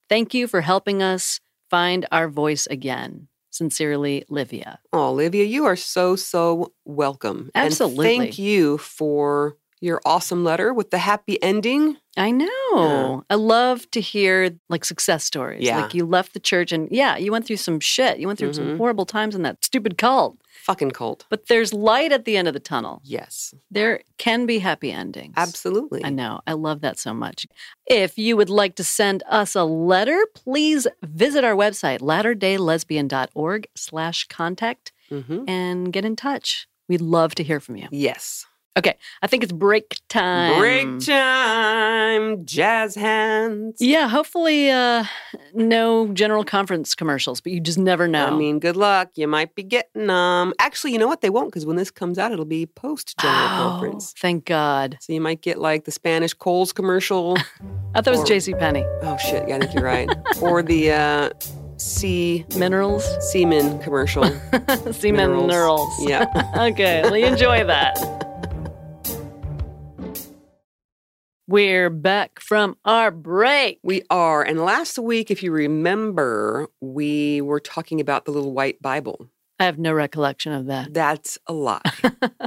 Speaker 2: Thank you for helping us find our voice again. Sincerely, Livia.
Speaker 1: Oh, Olivia, you are so, so welcome.
Speaker 2: Absolutely.
Speaker 1: And thank you for your awesome letter with the happy ending.
Speaker 2: I know.
Speaker 1: Yeah.
Speaker 2: I love to hear like success stories.
Speaker 1: Yeah.
Speaker 2: Like you left the church and yeah, you went through some shit. You went through some
Speaker 1: Mhm.
Speaker 2: horrible times in that stupid cult.
Speaker 1: Fucking cult.
Speaker 2: But there's light at the end of the tunnel.
Speaker 1: Yes.
Speaker 2: There can be happy endings.
Speaker 1: Absolutely.
Speaker 2: I know. I love that so much. If you would like to send us a letter, please visit our website, latterdaylesbian.org slash contact
Speaker 1: hmm
Speaker 2: and get in touch. We'd love to hear from you.
Speaker 1: Yes.
Speaker 2: Okay. I think it's break time.
Speaker 1: Break time. Jazz hands.
Speaker 2: Yeah, hopefully uh, no general conference commercials, but you just never know.
Speaker 1: I mean, good luck. You might be getting them. Actually, you know what? They won't because when this comes out, it'll be post general
Speaker 2: Oh,
Speaker 1: conference.
Speaker 2: Thank God.
Speaker 1: So you might get like the Spanish Coles commercial.
Speaker 2: I thought it
Speaker 1: Or-
Speaker 2: was JC Penney.
Speaker 1: oh shit! Yeah, I think you're right. or the uh, sea
Speaker 2: Minerals.
Speaker 1: seaman commercial.
Speaker 2: Sea minerals.
Speaker 1: Yeah.
Speaker 2: okay, well, you Oh, enjoy that. We're back from our break.
Speaker 1: We are. And last week, if you remember, we were talking about the little white Bible.
Speaker 2: I have no recollection of that.
Speaker 1: That's a lie.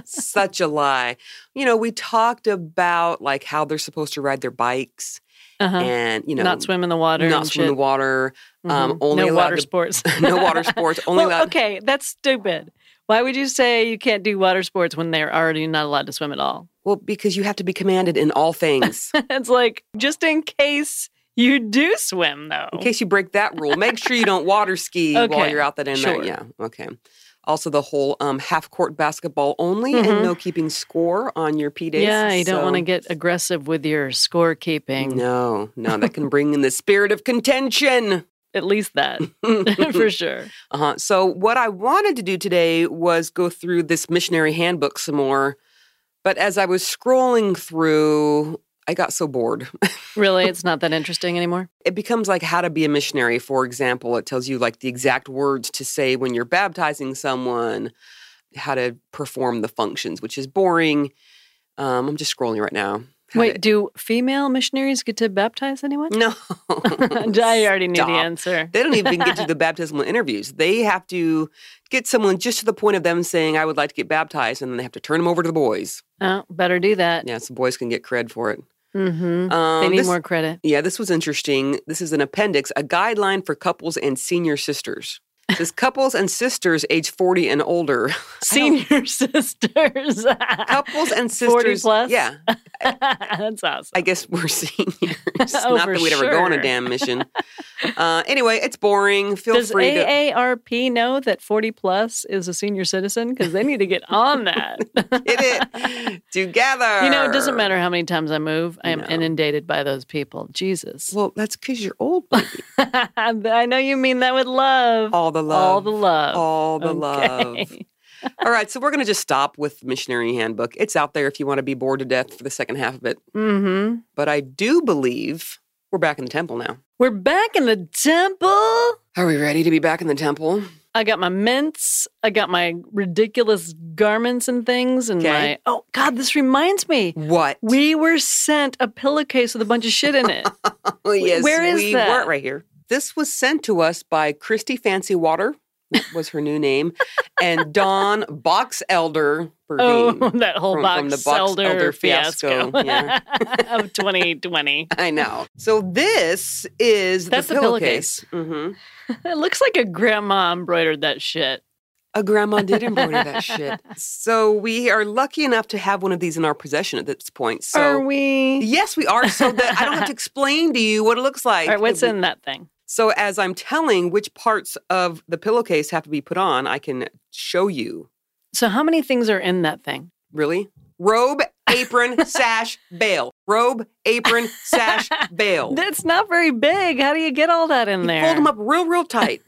Speaker 1: Such a lie. You know, we talked about like how they're supposed to ride their bikes
Speaker 2: Uh-huh.
Speaker 1: and, you know,
Speaker 2: not swim in the water.
Speaker 1: not
Speaker 2: and
Speaker 1: swim in the
Speaker 2: shit.
Speaker 1: water. Um,
Speaker 2: Mhm.
Speaker 1: only
Speaker 2: no
Speaker 1: allowed
Speaker 2: water
Speaker 1: to-
Speaker 2: sports.
Speaker 1: no water sports. Only
Speaker 2: well,
Speaker 1: allowed.
Speaker 2: okay, that's stupid. Why would you say you can't do water sports when they're already not allowed to swim at all?
Speaker 1: Well, because you have to be commanded in all things.
Speaker 2: it's like just in case you do swim, though.
Speaker 1: in case you break that rule, make sure you don't water ski while
Speaker 2: Okay,
Speaker 1: you're out that end.
Speaker 2: sure.
Speaker 1: There. Yeah. Okay. Also, the whole um, half court basketball only and
Speaker 2: Mhm.
Speaker 1: no keeping score on your P days.
Speaker 2: yeah, you don't
Speaker 1: so-
Speaker 2: want to get aggressive with your scorekeeping.
Speaker 1: No, no, that can bring in the spirit of contention.
Speaker 2: At least that, for sure.
Speaker 1: Uh-huh. So what I wanted to do today was go through this missionary handbook some more, but as I was scrolling through, I got so bored.
Speaker 2: Really, it's not that interesting anymore.
Speaker 1: It becomes like how to be a missionary, for example. It tells you like the exact words to say when you're baptizing someone, how to perform the functions, which is boring. Um, I'm just scrolling right now. How
Speaker 2: Wait,
Speaker 1: to-
Speaker 2: do female missionaries get to baptize anyone?
Speaker 1: no.
Speaker 2: I already knew
Speaker 1: Stop.
Speaker 2: the answer.
Speaker 1: They don't even get to the baptismal interviews. They have to get someone just to the point of them saying, I would like to get baptized, and then they have to turn them over to the boys.
Speaker 2: Oh, better do that.
Speaker 1: Yeah, so boys can get cred for it.
Speaker 2: hmm
Speaker 1: Um,
Speaker 2: they need
Speaker 1: this-
Speaker 2: more credit.
Speaker 1: Yeah, this was interesting. This is an appendix, a guideline for couples and senior sisters. It says couples and sisters age 40 and older.
Speaker 2: Senior sisters.
Speaker 1: Couples and
Speaker 2: 40
Speaker 1: sisters.
Speaker 2: plus?
Speaker 1: Yeah,
Speaker 2: That's awesome.
Speaker 1: I guess we're seniors.
Speaker 2: Oh,
Speaker 1: Not
Speaker 2: for
Speaker 1: that we'd ever go on a
Speaker 2: sure.
Speaker 1: damn mission. uh, anyway, it's boring. Feel
Speaker 2: Does
Speaker 1: free to.
Speaker 2: AARP know that 40 plus is a senior citizen? Because they need to get on that.
Speaker 1: Get it together.
Speaker 2: you know, it doesn't matter how many times I move, I am
Speaker 1: No.
Speaker 2: inundated by those people. Jesus.
Speaker 1: Well, that's because you're old. baby.
Speaker 2: I know you mean that with love.
Speaker 1: All the love.
Speaker 2: All the love.
Speaker 1: All the
Speaker 2: Okay.
Speaker 1: love. All right, so we're going to just stop with Missionary Handbook. It's out there if you want to be bored to death for the second half of it.
Speaker 2: Mm-hmm.
Speaker 1: But I do believe we're back in the temple now.
Speaker 2: We're back in the temple.
Speaker 1: Are we ready to be back in the temple?
Speaker 2: I got my mints. I got my ridiculous garments and things. And
Speaker 1: Okay.
Speaker 2: my, oh, God, this reminds me.
Speaker 1: What?
Speaker 2: We were sent a pillowcase with a bunch of shit in it.
Speaker 1: oh, yes,
Speaker 2: where is
Speaker 1: we
Speaker 2: that?
Speaker 1: were right here. This was sent to us by Christy Fancy Water. That was her new name, and Don Box Elder Burdine.
Speaker 2: Oh, that whole
Speaker 1: From-
Speaker 2: box,
Speaker 1: from the Box
Speaker 2: elder,
Speaker 1: Elder
Speaker 2: fiasco,
Speaker 1: fiasco, yeah.
Speaker 2: of 2020.
Speaker 1: I know. So this is
Speaker 2: That's
Speaker 1: the
Speaker 2: the
Speaker 1: pillowcase. Mm-hmm.
Speaker 2: It looks like a grandma embroidered that shit.
Speaker 1: A grandma did embroider that shit. So we are lucky enough to have one of these in our possession at this point. So
Speaker 2: Are we?
Speaker 1: Yes, we are. So that I don't have to explain to you what it looks like.
Speaker 2: All right, what's in that thing?
Speaker 1: So as I'm telling which parts of the pillowcase have to be put on, I can show you.
Speaker 2: So, how many things are in that thing?
Speaker 1: Really? Robe, apron, sash, bail. Robe, apron, sash, bail.
Speaker 2: That's not very big. How do you get all that in
Speaker 1: You
Speaker 2: there?
Speaker 1: Fold them up real, real tight.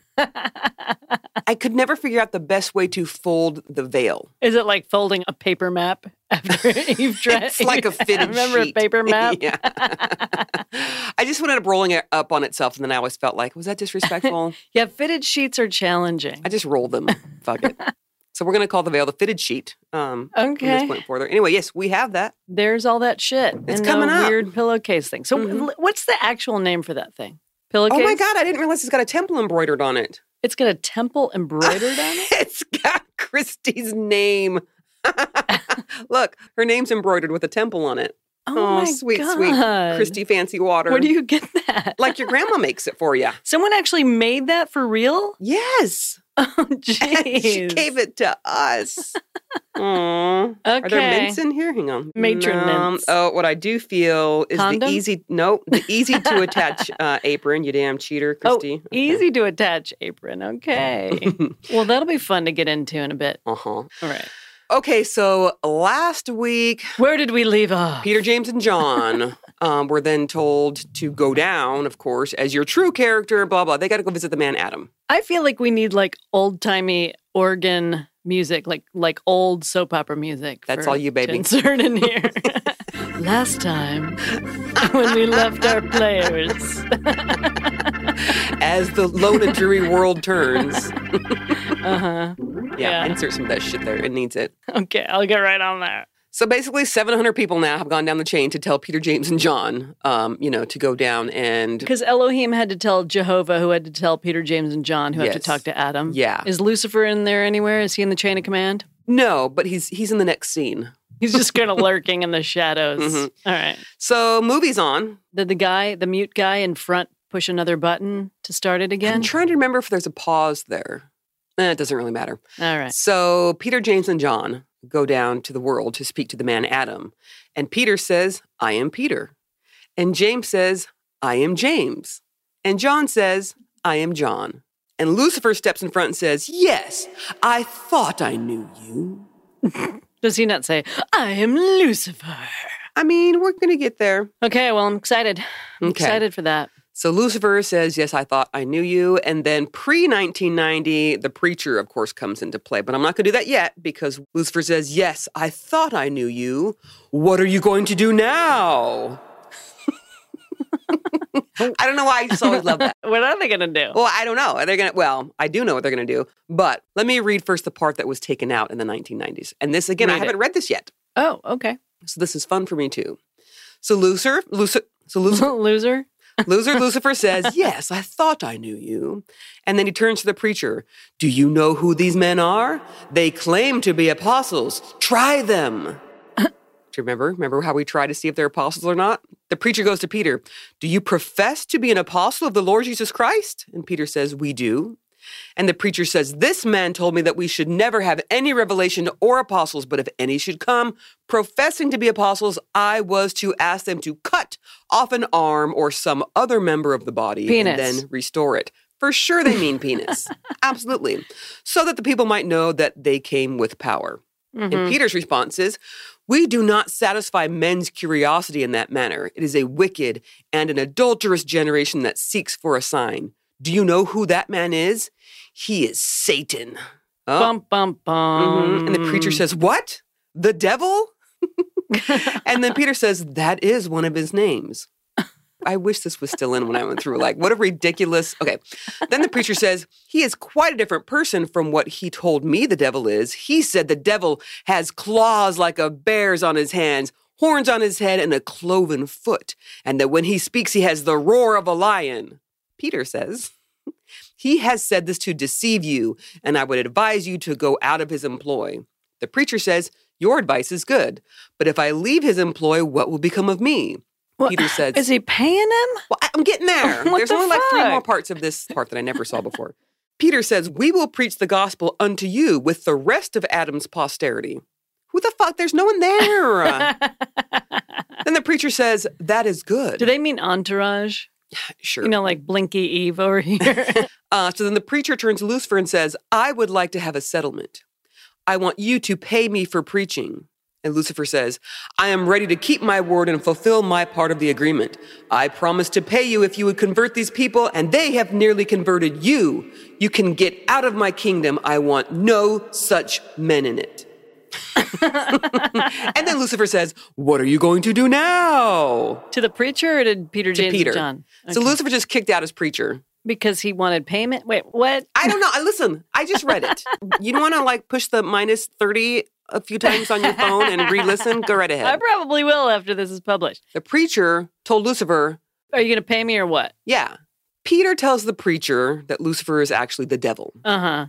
Speaker 1: I could never figure out the best way to fold the veil.
Speaker 2: Is it like folding a paper map after you've tried?
Speaker 1: It's like a fitted
Speaker 2: Remember
Speaker 1: sheet.
Speaker 2: a paper map?
Speaker 1: yeah. I just wound up rolling it up on itself, and then I always felt like, was that disrespectful?
Speaker 2: Yeah, fitted sheets are challenging.
Speaker 1: I just rolled them. Fuck it. So we're going to call the veil the fitted sheet. Um, From this
Speaker 2: Okay.
Speaker 1: point further. Anyway, yes, we have that.
Speaker 2: There's all that shit.
Speaker 1: It's
Speaker 2: in
Speaker 1: coming
Speaker 2: the
Speaker 1: up.
Speaker 2: Weird pillowcase thing. So,
Speaker 1: Mhm.
Speaker 2: l- what's the actual name for that thing? Pillowcase?
Speaker 1: Oh my God, I didn't realize it's got a temple embroidered on it.
Speaker 2: It's got a temple embroidered on it.
Speaker 1: It's got Christie's name. Look, her name's embroidered with a temple on it.
Speaker 2: Oh,
Speaker 1: Oh,
Speaker 2: my
Speaker 1: sweet,
Speaker 2: God.
Speaker 1: sweet Christie Fancy Water.
Speaker 2: Where do you get that?
Speaker 1: like your grandma makes it for you.
Speaker 2: Someone actually made that for real?
Speaker 1: Yes.
Speaker 2: Oh,
Speaker 1: And
Speaker 2: jeez.
Speaker 1: she gave it to us. Aww.
Speaker 2: Okay.
Speaker 1: Are there mints in here? Hang on.
Speaker 2: Matron mints.
Speaker 1: Oh, what I do feel is
Speaker 2: Condom?
Speaker 1: the easy, no, the easy to attach uh, apron, you damn cheater,
Speaker 2: Oh,
Speaker 1: Christy.
Speaker 2: easy to attach apron. Okay. well, that'll be fun to get into in a bit.
Speaker 1: Uh huh.
Speaker 2: All right.
Speaker 1: Okay, so last week,
Speaker 2: Where did we leave off?
Speaker 1: Peter, James, and John um, were then told to go down, of course, as your true character, blah, blah. They got to go visit the man Adam.
Speaker 2: I feel like we need like old timey organ music, like like old soap opera music.
Speaker 1: That's
Speaker 2: for-
Speaker 1: all you, baby.
Speaker 2: To insert in here. Last time when we left our players.
Speaker 1: As the lone and dreary world turns.
Speaker 2: Uh huh.
Speaker 1: Yeah,
Speaker 2: Yeah.
Speaker 1: insert some of that shit there. It needs it.
Speaker 2: Okay, I'll get right on that.
Speaker 1: So basically, 700 people now have gone down the chain to tell Peter, James, and John, um, you know, to go down and
Speaker 2: Because Elohim had to tell Jehovah, who had to tell Peter, James, and John, who have
Speaker 1: Yes.
Speaker 2: to talk to Adam.
Speaker 1: Yeah.
Speaker 2: Is Lucifer in there anywhere? Is he in the chain of command?
Speaker 1: no, but he's he's in the next scene.
Speaker 2: He's just kind of lurking in the shadows.
Speaker 1: Mhm.
Speaker 2: All right.
Speaker 1: So movie's on.
Speaker 2: Did the guy, the mute guy in front, push another button to start
Speaker 1: I'm
Speaker 2: it again?
Speaker 1: trying to remember if there's a pause there. Eh, it doesn't really matter.
Speaker 2: All right.
Speaker 1: So Peter, James, and John go down to the world to speak to the man Adam. And Peter says, I am Peter. And James says, I am James. And John says, I am John. And Lucifer steps in front and says, Yes, I thought I knew you.
Speaker 2: Does he not say, I am Lucifer?
Speaker 1: I mean, we're going to get there.
Speaker 2: Okay, well, I'm excited. I'm
Speaker 1: Okay.
Speaker 2: excited for that.
Speaker 1: So Lucifer says, Yes, I thought I knew you. And then pre 1990, the preacher, of course, comes into play. But I'm not going to do that yet because Lucifer says, Yes, I thought I knew you. What are you going to do now? I don't know why I just always love that.
Speaker 2: What are they going to do?
Speaker 1: Well, I don't know. Are they going to? Well, I do know what they're going to do. But let me read first the part that was taken out in the 1990s. And this, again, I
Speaker 2: Read it.
Speaker 1: haven't read this yet.
Speaker 2: oh, okay.
Speaker 1: So this is fun for me too. So Lucifer, Lucifer, so Lucifer.
Speaker 2: Loser.
Speaker 1: Loser Lucifer says, Yes, I thought I knew you. And then he turns to the preacher Do you know who these men are? They claim to be apostles. Try them. Do you remember? Remember how we try to see if they're apostles or not? The preacher goes to Peter Do you profess to be an apostle of the Lord Jesus Christ? And Peter says, We do. And the preacher says, This man told me that we should never have any revelation or apostles, but if any should come professing to be apostles, I was to ask them to cut off an arm or some other member of the body
Speaker 2: Penis.
Speaker 1: and then restore it. For sure, they mean penis. Absolutely. So that the people might know that they came with power.
Speaker 2: Mm-hmm.
Speaker 1: And Peter's response is, We do not satisfy men's curiosity in that manner. It is a wicked and an adulterous generation that seeks for a sign. Do you know who that man is? He is Satan. Oh.
Speaker 2: Bum, bum, bum.
Speaker 1: Mhm. And the preacher says, What? The devil? and then Peter says, That is one of his names. I wish this was still in when I went through. Like, what a ridiculous. Okay. Then the preacher says, He is quite a different person from what he told me the devil is. He said the devil has claws like a bear's on his hands, horns on his head, and a cloven foot. And that when he speaks, he has the roar of a lion. Peter says, he has said this to deceive you, and I would advise you to go out of his employ. The preacher says, Your advice is good, but if I leave his employ, what will become of me?
Speaker 2: What-
Speaker 1: Peter says,
Speaker 2: Is he paying him?
Speaker 1: well, I- I'm getting there.
Speaker 2: What
Speaker 1: There's
Speaker 2: the
Speaker 1: only like three more
Speaker 2: fuck?
Speaker 1: parts of this part that I never saw before. Peter says, We will preach the gospel unto you with the rest of Adam's posterity. Who the fuck? There's no one there. then the preacher says, That is good.
Speaker 2: Do they mean entourage?
Speaker 1: sure.
Speaker 2: You know, like Blinky Eve over here.
Speaker 1: Uh, so then the preacher turns to Lucifer and says, I would like to have a settlement. I want you to pay me for preaching. And Lucifer says, I am ready to keep my word and fulfill my part of the agreement. I promise to pay you if you would convert these people, and they have nearly converted you. You can get out of my kingdom. I want no such men in it. and then Lucifer says, What are you going to do now?
Speaker 2: to the preacher or to Peter
Speaker 1: To
Speaker 2: James
Speaker 1: Peter.
Speaker 2: and John?
Speaker 1: So
Speaker 2: Okay.
Speaker 1: Lucifer just kicked out his preacher.
Speaker 2: because he wanted payment? Wait, what?
Speaker 1: I don't know. I listen. I just read it. You don't want to like push the minus thirty a few times on your phone and re-listen. Go right
Speaker 2: I
Speaker 1: ahead.
Speaker 2: probably will after this is published.
Speaker 1: The preacher told Lucifer,
Speaker 2: Are you going to pay me or what?
Speaker 1: "Yeah." Peter tells the preacher that Lucifer is actually the devil
Speaker 2: Uh huh.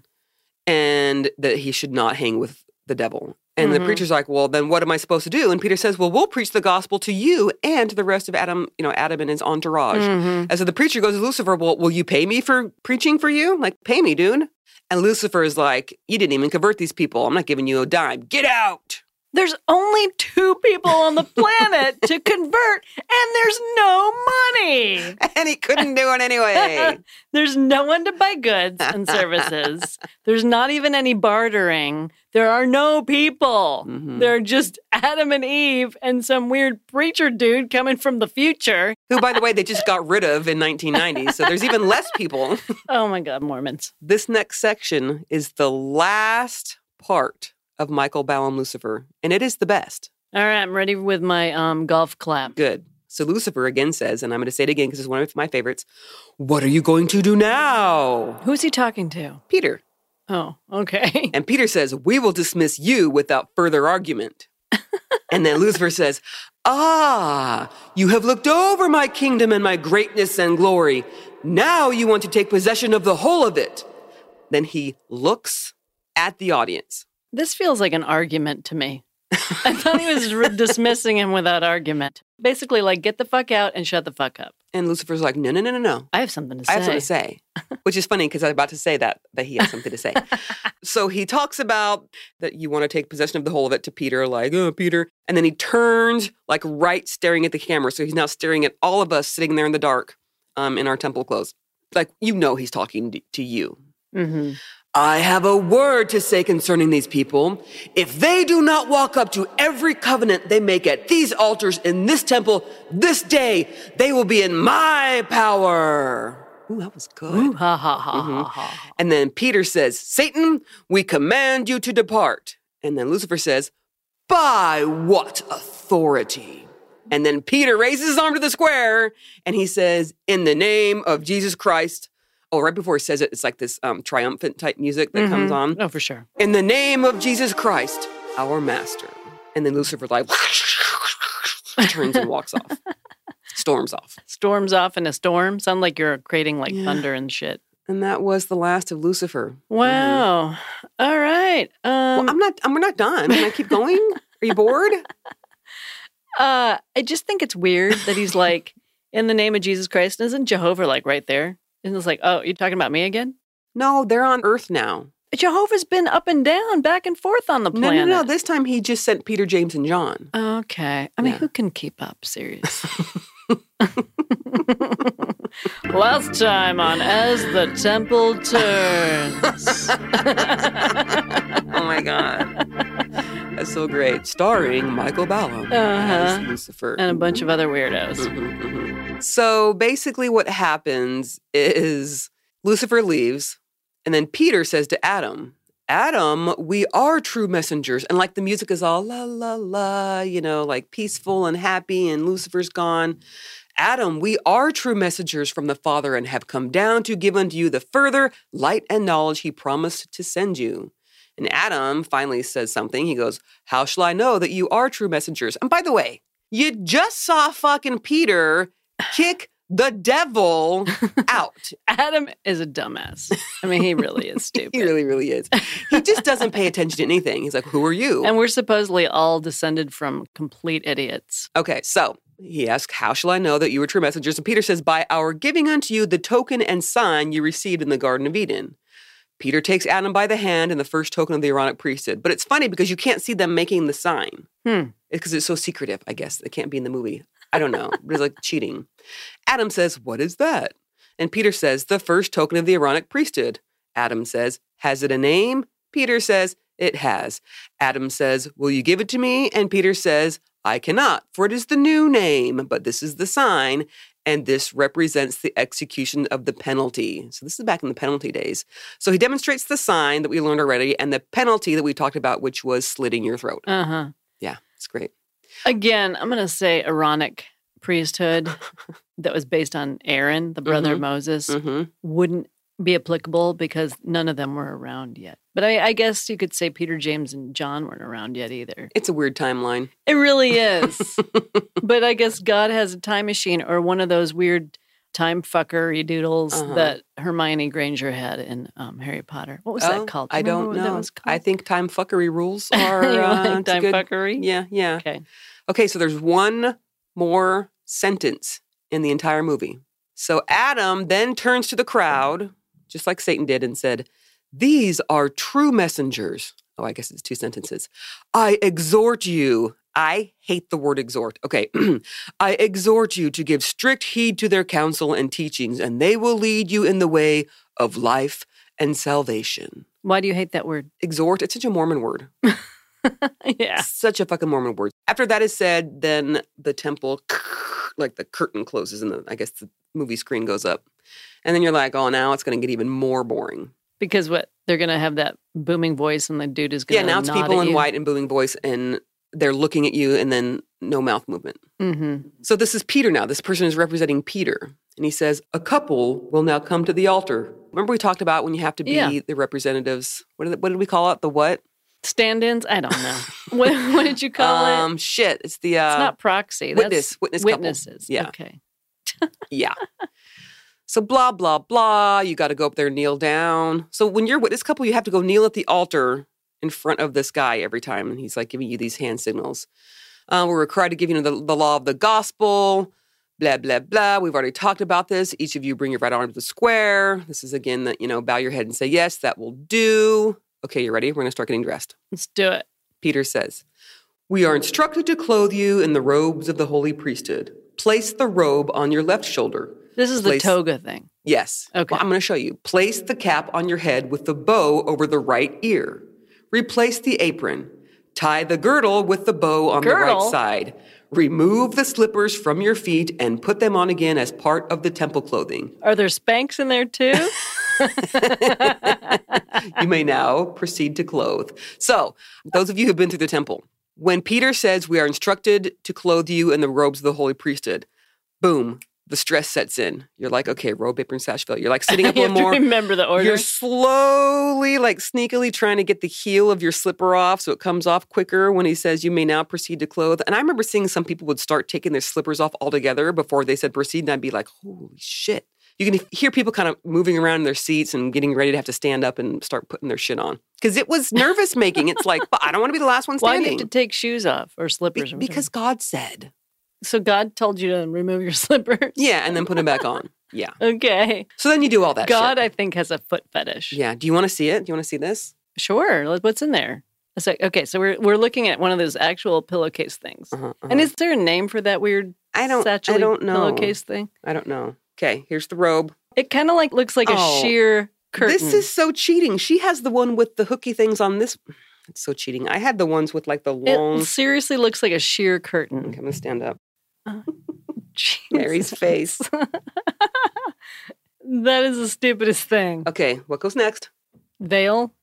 Speaker 1: and that he should not hang with the devil. And the
Speaker 2: Mhm.
Speaker 1: preacher's like, "Well, then what am I supposed to do?" And Peter says, "Well, we'll preach the gospel to you and to the rest of Adam, you know, Adam and his entourage." And so the preacher goes to Lucifer, Well, will you pay me for preaching for you? Like, pay me, dude. And Lucifer is like, You didn't even convert these people. I'm not giving you a dime. Get out.
Speaker 2: There's only two people on the planet to convert, and there's no money.
Speaker 1: And he couldn't do it anyway.
Speaker 2: There's no one to buy goods and services. There's not even any bartering. There are no people.
Speaker 1: Mm-hmm.
Speaker 2: There are just Adam and Eve and some weird preacher dude coming from the future.
Speaker 1: Who, by the way, they just got rid of in 1990. So there's even less people.
Speaker 2: Oh my God, Mormons.
Speaker 1: this next section is the last part of Michael Baum Lucifer, and it is the best.
Speaker 2: All right, I'm ready with my um, golf clap.
Speaker 1: Good. So Lucifer again says, and I'm going to say it again because it's one of my favorites What are you going to do now?
Speaker 2: Who's he talking to?
Speaker 1: Peter.
Speaker 2: Oh, okay.
Speaker 1: And Peter says, We will dismiss you without further argument. And then Lucifer says, Ah, you have looked over my kingdom and my greatness and glory. Now you want to take possession of the whole of it. Then he looks at the audience.
Speaker 2: This feels like an argument to me. I thought he was re- dismissing him without argument. Basically, like, get the fuck out and shut the fuck up.
Speaker 1: And Lucifer's like, No, no, no, no, no.
Speaker 2: I have something to say.
Speaker 1: I have something to say, which is funny because I'm about to say that that he has something to say. so he talks about that you want to take possession of the whole of it to Peter, like oh Peter, and then he turns like right, staring at the camera. So he's now staring at all of us sitting there in the dark, um, in our temple clothes. Like you know, he's talking to- to you.
Speaker 2: Mhm.
Speaker 1: I have a word to say concerning these people. If they do not walk up to every covenant they make at these altars in this temple this day, they will be in my power. Ooh, that was good.
Speaker 2: Ooh, ha ha ha
Speaker 1: Mm-hmm.
Speaker 2: ha ha.
Speaker 1: And then Peter says, Satan, we command you to depart. And then Lucifer says, By what authority? And then Peter raises his arm to the square and he says, In the name of Jesus Christ. Oh, right before he says it, it's like this um, triumphant type music that comes on.
Speaker 2: Oh, for sure.
Speaker 1: In the name of Jesus Christ, our master. And then Lucifer's like, turns and walks off, storms off.
Speaker 2: Storms off in a storm. Sound like you're creating like thunder and shit.
Speaker 1: And that was the last of Lucifer.
Speaker 2: Wow. All right. Um,
Speaker 1: well, I'm not. I'm, we're not done. Can I keep going? Are you bored?
Speaker 2: uh, I just think it's weird that he's like, in the name of Jesus Christ, isn't Jehovah like right there? And it's like, oh, you're talking about me again?
Speaker 1: No, they're on Earth now.
Speaker 2: Jehovah's been up and down, back and forth on the
Speaker 1: No, no,
Speaker 2: planet.
Speaker 1: no. This time he just sent Peter, James, and John.
Speaker 2: Okay. I mean,
Speaker 1: Yeah.
Speaker 2: who can keep up? Seriously. Last time on As the Temple Turns.
Speaker 1: Oh my God, that's so great. Starring Michael Ballum as
Speaker 2: Uh-huh.
Speaker 1: Lucifer.
Speaker 2: And a bunch of other weirdos.
Speaker 1: Mhm, mhm. So basically, what happens is Lucifer leaves, and then Peter says to Adam, Adam, we are true messengers. And like the music is all la, la, la, you know, like peaceful and happy, and Lucifer's gone. Adam, we are true messengers from the Father and have come down to give unto you the further light and knowledge he promised to send you. And Adam finally says something. He goes, How shall I know that you are true messengers? And by the way, you just saw fucking Peter kick the devil out.
Speaker 2: Adam is a dumbass. I mean, he really is stupid.
Speaker 1: He really, really is. He just doesn't pay attention to anything. He's like, Who are you?
Speaker 2: and we're supposedly all descended from complete idiots.
Speaker 1: Okay, so he asks, How shall I know that you were true messengers? And Peter says, By our giving unto you the token and sign you received in the Garden of Eden. Peter takes Adam by the hand and the first token of the Aaronic priesthood. But it's funny because you can't see them making the sign.
Speaker 2: Hmm.
Speaker 1: Because it's so secretive, I guess. It can't be in the movie. I don't know. But it's like cheating. Adam says, What is that? And Peter says, The first token of the Aaronic priesthood. Adam says, Has it a name? Peter says, It has. Adam says, Will you give it to me? And Peter says, I cannot, for it is the new name, but this is the sign, and this represents the execution of the penalty. So, this is back in the penalty days. So, he demonstrates the sign that we learned already and the penalty that we talked about, which was slitting your throat.
Speaker 2: Uh huh.
Speaker 1: Yeah, it's great.
Speaker 2: Again, I'm going to say Aaronic priesthood that was based on Aaron, the brother of Moses.
Speaker 1: hmm
Speaker 2: wouldn't be applicable because none of them were around yet. But I, I guess you could say Peter, James, and John weren't around yet either.
Speaker 1: It's a weird timeline.
Speaker 2: It really is. but I guess God has a time machine or one of those weird time fuckery doodles
Speaker 1: Uh-huh.
Speaker 2: that Hermione Granger had in um, Harry Potter. What was
Speaker 1: Oh,
Speaker 2: that called? Do you
Speaker 1: I
Speaker 2: remember
Speaker 1: don't
Speaker 2: what
Speaker 1: know.
Speaker 2: That was called?
Speaker 1: I think time fuckery rules are
Speaker 2: You
Speaker 1: uh,
Speaker 2: like
Speaker 1: it's a
Speaker 2: time
Speaker 1: good-
Speaker 2: fuckery.
Speaker 1: Yeah, yeah.
Speaker 2: Okay.
Speaker 1: Okay, so there's one more sentence in the entire movie. So Adam then turns to the crowd, just like Satan did, and said, These are true messengers. Oh, I guess it's two sentences. I exhort you. I hate the word exhort. Okay. I exhort you to give strict heed to their counsel and teachings, and they will lead you in the way of life and salvation.
Speaker 2: Why do you hate that word?
Speaker 1: Exhort, it's such a Mormon word.
Speaker 2: yeah.
Speaker 1: Such a fucking Mormon word. After that is said, then the temple, like the curtain closes and the, I guess the movie screen goes up. And then you're like, oh, now it's going to get even more boring.
Speaker 2: Because what they're going to have that booming voice and the dude is going
Speaker 1: Yeah,
Speaker 2: to
Speaker 1: now it's people in white and booming voice and they're looking at you and then no mouth movement.
Speaker 2: Mm-hmm.
Speaker 1: So this is Peter now. This person is representing Peter. And he says, a couple will now come to the altar. Remember we talked about when you have to be
Speaker 2: Yeah.
Speaker 1: the representatives? What, did- what did we call it? The what?
Speaker 2: Stand-ins? I don't know. what, what did you call it?
Speaker 1: um, shit, it's the uh,
Speaker 2: It's not proxy.
Speaker 1: witness-
Speaker 2: That's
Speaker 1: witness couple.
Speaker 2: witnesses.
Speaker 1: Yeah.
Speaker 2: Okay.
Speaker 1: yeah. So blah blah blah. You got to go up there, kneel down. So when you're with this couple, you have to go kneel at the altar in front of this guy every time, and he's like giving you these hand signals. Uh, we're required to give you know, the, the law of the gospel. Blah blah blah. We've already talked about this. Each of you bring your right arm to the square. This is again that you know bow your head and say yes. That will do. Okay, you ready? We're gonna start getting dressed.
Speaker 2: Let's do it.
Speaker 1: Peter says, We are instructed to clothe you in the robes of the holy priesthood. Place the robe on your left shoulder.
Speaker 2: This is the
Speaker 1: Place-
Speaker 2: toga thing.
Speaker 1: Yes.
Speaker 2: Okay.
Speaker 1: Well, I'm going to show you. Place the cap on your head with the bow over the right ear. Replace the apron. Tie the girdle with the bow on the right
Speaker 2: Girdle?
Speaker 1: side. Remove the slippers from your feet and put them on again as part of the temple clothing.
Speaker 2: Are there spanks in there too?
Speaker 1: you may now proceed to clothe. So, those of you who've been through the temple, when Peter says we are instructed to clothe you in the robes of the holy priesthood, boom, the stress sets in. You're like, okay, robe, apron, sash, belt. You're like sitting up a
Speaker 2: you have
Speaker 1: little more.
Speaker 2: to remember the order.
Speaker 1: You're slowly, like sneakily trying to get the heel of your slipper off so it comes off quicker when he says you may now proceed to clothe. And I remember seeing some people would start taking their slippers off altogether before they said proceed. And I'd be like, holy shit. You can hear people kind of moving around in their seats and getting ready to have to stand up and start putting their shit on. Because it was nervous making. It's like, but I don't want to be the last one
Speaker 2: Why do
Speaker 1: standing.
Speaker 2: you have to take shoes off or
Speaker 1: Be-
Speaker 2: slippers? or whatever?
Speaker 1: because God said.
Speaker 2: so God told you to remove your slippers.
Speaker 1: Yeah, and then put them back on. Yeah.
Speaker 2: Okay.
Speaker 1: So then you do all that
Speaker 2: God,
Speaker 1: shit.
Speaker 2: I think, has a foot fetish.
Speaker 1: Yeah. Do you want to see it? Do you want to see this?
Speaker 2: Sure. let- What's in there? It's like, okay, so we're we're looking at one of those actual pillowcase things.
Speaker 1: Uh-huh,
Speaker 2: And
Speaker 1: uh-huh.
Speaker 2: is there a name for that weird
Speaker 1: I don't. I
Speaker 2: satchel
Speaker 1: don't know.
Speaker 2: pillowcase thing?
Speaker 1: I don't know. Okay, here's the robe.
Speaker 2: It kind of like looks like
Speaker 1: Oh.
Speaker 2: a sheer curtain.
Speaker 1: This is so cheating. She has the one with the hooky things on this. It's so cheating. I had the ones with like the long.
Speaker 2: it seriously looks like a sheer curtain.
Speaker 1: Okay, I'm gonna stand up. Mary's
Speaker 2: Jesus.
Speaker 1: face.
Speaker 2: That is the stupidest thing.
Speaker 1: Okay, what goes next?
Speaker 2: Veil,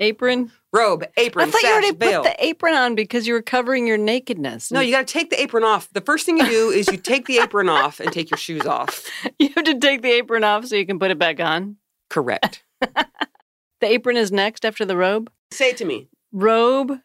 Speaker 2: apron.
Speaker 1: Robe, apron,
Speaker 2: I thought
Speaker 1: sash,
Speaker 2: you already
Speaker 1: veil.
Speaker 2: put the apron on because you were covering your nakedness.
Speaker 1: no,
Speaker 2: you,
Speaker 1: you gotta take the apron off. The first thing you do is you take the apron off and take your shoes off.
Speaker 2: have to take the apron off so you can put it back on.
Speaker 1: Correct.
Speaker 2: The apron is next after the robe.
Speaker 1: Say it to me.
Speaker 2: Robe,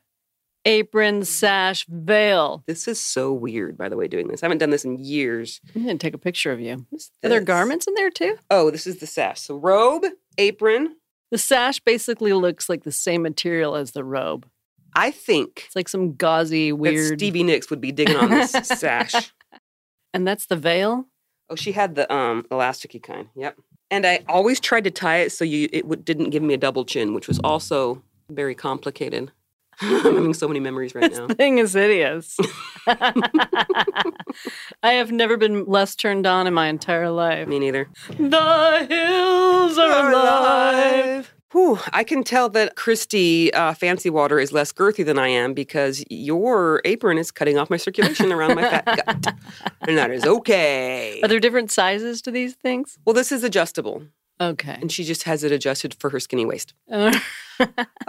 Speaker 2: apron, sash, veil.
Speaker 1: This is so weird, by the way, doing this. I haven't done this in years.
Speaker 2: I'm going to take a picture of you.
Speaker 1: What's
Speaker 2: Are there
Speaker 1: this?
Speaker 2: garments in there too?
Speaker 1: Oh, this is the sash. So robe, apron.
Speaker 2: The sash basically looks like the same material as the robe.
Speaker 1: I think
Speaker 2: It's like some gauzy,
Speaker 1: that
Speaker 2: weird.
Speaker 1: Stevie Nicks would be digging on this sash.
Speaker 2: and that's the veil.
Speaker 1: Oh, she had the um elasticy kind. Yep. And I always tried to tie it so you it would didn't give me a double chin, which was also very complicated. I'm having so many memories right now.
Speaker 2: This thing is hideous. I have never been less turned on in my entire life.
Speaker 1: Me neither.
Speaker 2: The hills are alive.
Speaker 1: Whew, I can tell that Christy uh, Fancy Water is less girthy than I am because your apron is cutting off my circulation around my fat gut. And that is okay.
Speaker 2: Are there different sizes to these things?
Speaker 1: Well, this is adjustable,
Speaker 2: Okay.
Speaker 1: and she just has it adjusted for her skinny waist.
Speaker 2: Uh,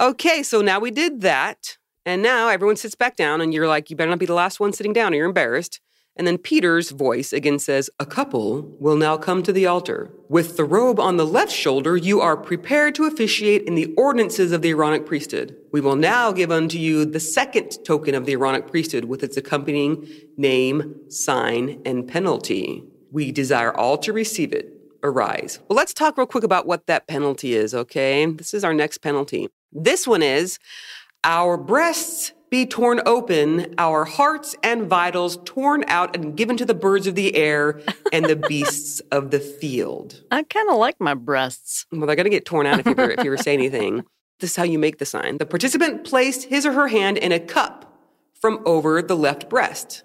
Speaker 1: okay, so now we did that. And now everyone sits back down, and you're like, you better not be the last one sitting down, or you're embarrassed. And then Peter's voice again says, A couple will now come to the altar. With the robe on the left shoulder, you are prepared to officiate in the ordinances of the Aaronic priesthood. We will now give unto you the second token of the Aaronic priesthood with its accompanying name, sign, and penalty. We desire all to receive it arise. Well, let's talk real quick about what that penalty is, okay? This is our next penalty. This one is our breasts be torn open, our hearts and vitals torn out and given to the birds of the air and the beasts of the field.
Speaker 2: I kind of like my breasts.
Speaker 1: Well, they're going to get torn out if you, were, if you were to say anything. This is how you make the sign. The participant placed his or her hand in a cup from over the left breast.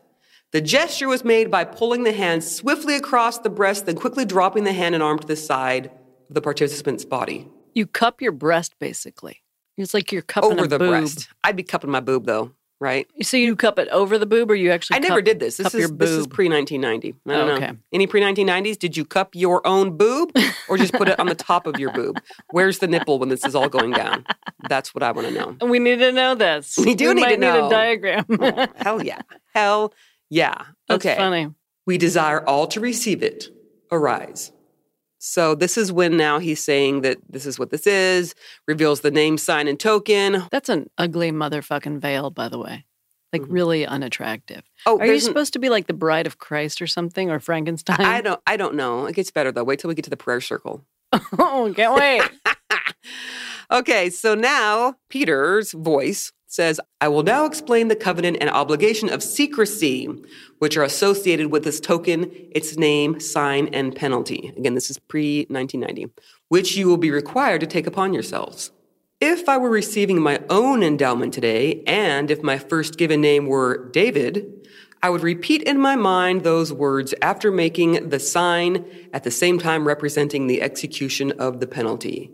Speaker 1: The gesture was made by pulling the hand swiftly across the breast, then quickly dropping the hand and arm to the side of the participant's body
Speaker 2: You cup your breast basically. It's like you're cupping
Speaker 1: over
Speaker 2: a
Speaker 1: the
Speaker 2: boob.
Speaker 1: breast. I'd be cupping my boob though, right?
Speaker 2: So you cup it over the boob, or you actually?
Speaker 1: I never
Speaker 2: cup-
Speaker 1: did this. This
Speaker 2: cup your
Speaker 1: is, this is
Speaker 2: boob?
Speaker 1: pre 1990. I don't
Speaker 2: Oh,
Speaker 1: know.
Speaker 2: okay.
Speaker 1: Any pre 1990s? Did you cup your own boob or just put it on the top of your boob? Where's the nipple when this is all going down? That's what I want to know.
Speaker 2: We need to know this.
Speaker 1: We do need
Speaker 2: might
Speaker 1: to know.
Speaker 2: a diagram.
Speaker 1: Oh, hell yeah. Hell yeah.
Speaker 2: That's
Speaker 1: okay.
Speaker 2: funny.
Speaker 1: We desire all to receive it. Arise. So this is when now he's saying that this is what this is, reveals the name, sign, and token.
Speaker 2: That's an ugly motherfucking veil, by the way. Like really unattractive.
Speaker 1: Mm-hmm. Oh,
Speaker 2: Are you
Speaker 1: there's an-
Speaker 2: supposed to be like the bride of Christ or something or Frankenstein?
Speaker 1: I don't. I don't know. It gets better though. Wait till we get to the prayer circle.
Speaker 2: oh, can't wait.
Speaker 1: Okay, so now Peter's voice says, I will now explain the covenant and obligation of secrecy, which are associated with this token, its name, sign, and penalty. Again, this is pre 1990, which you will be required to take upon yourselves. If I were receiving my own endowment today, and if my first given name were David, I would repeat in my mind those words after making the sign, at the same time representing the execution of the penalty.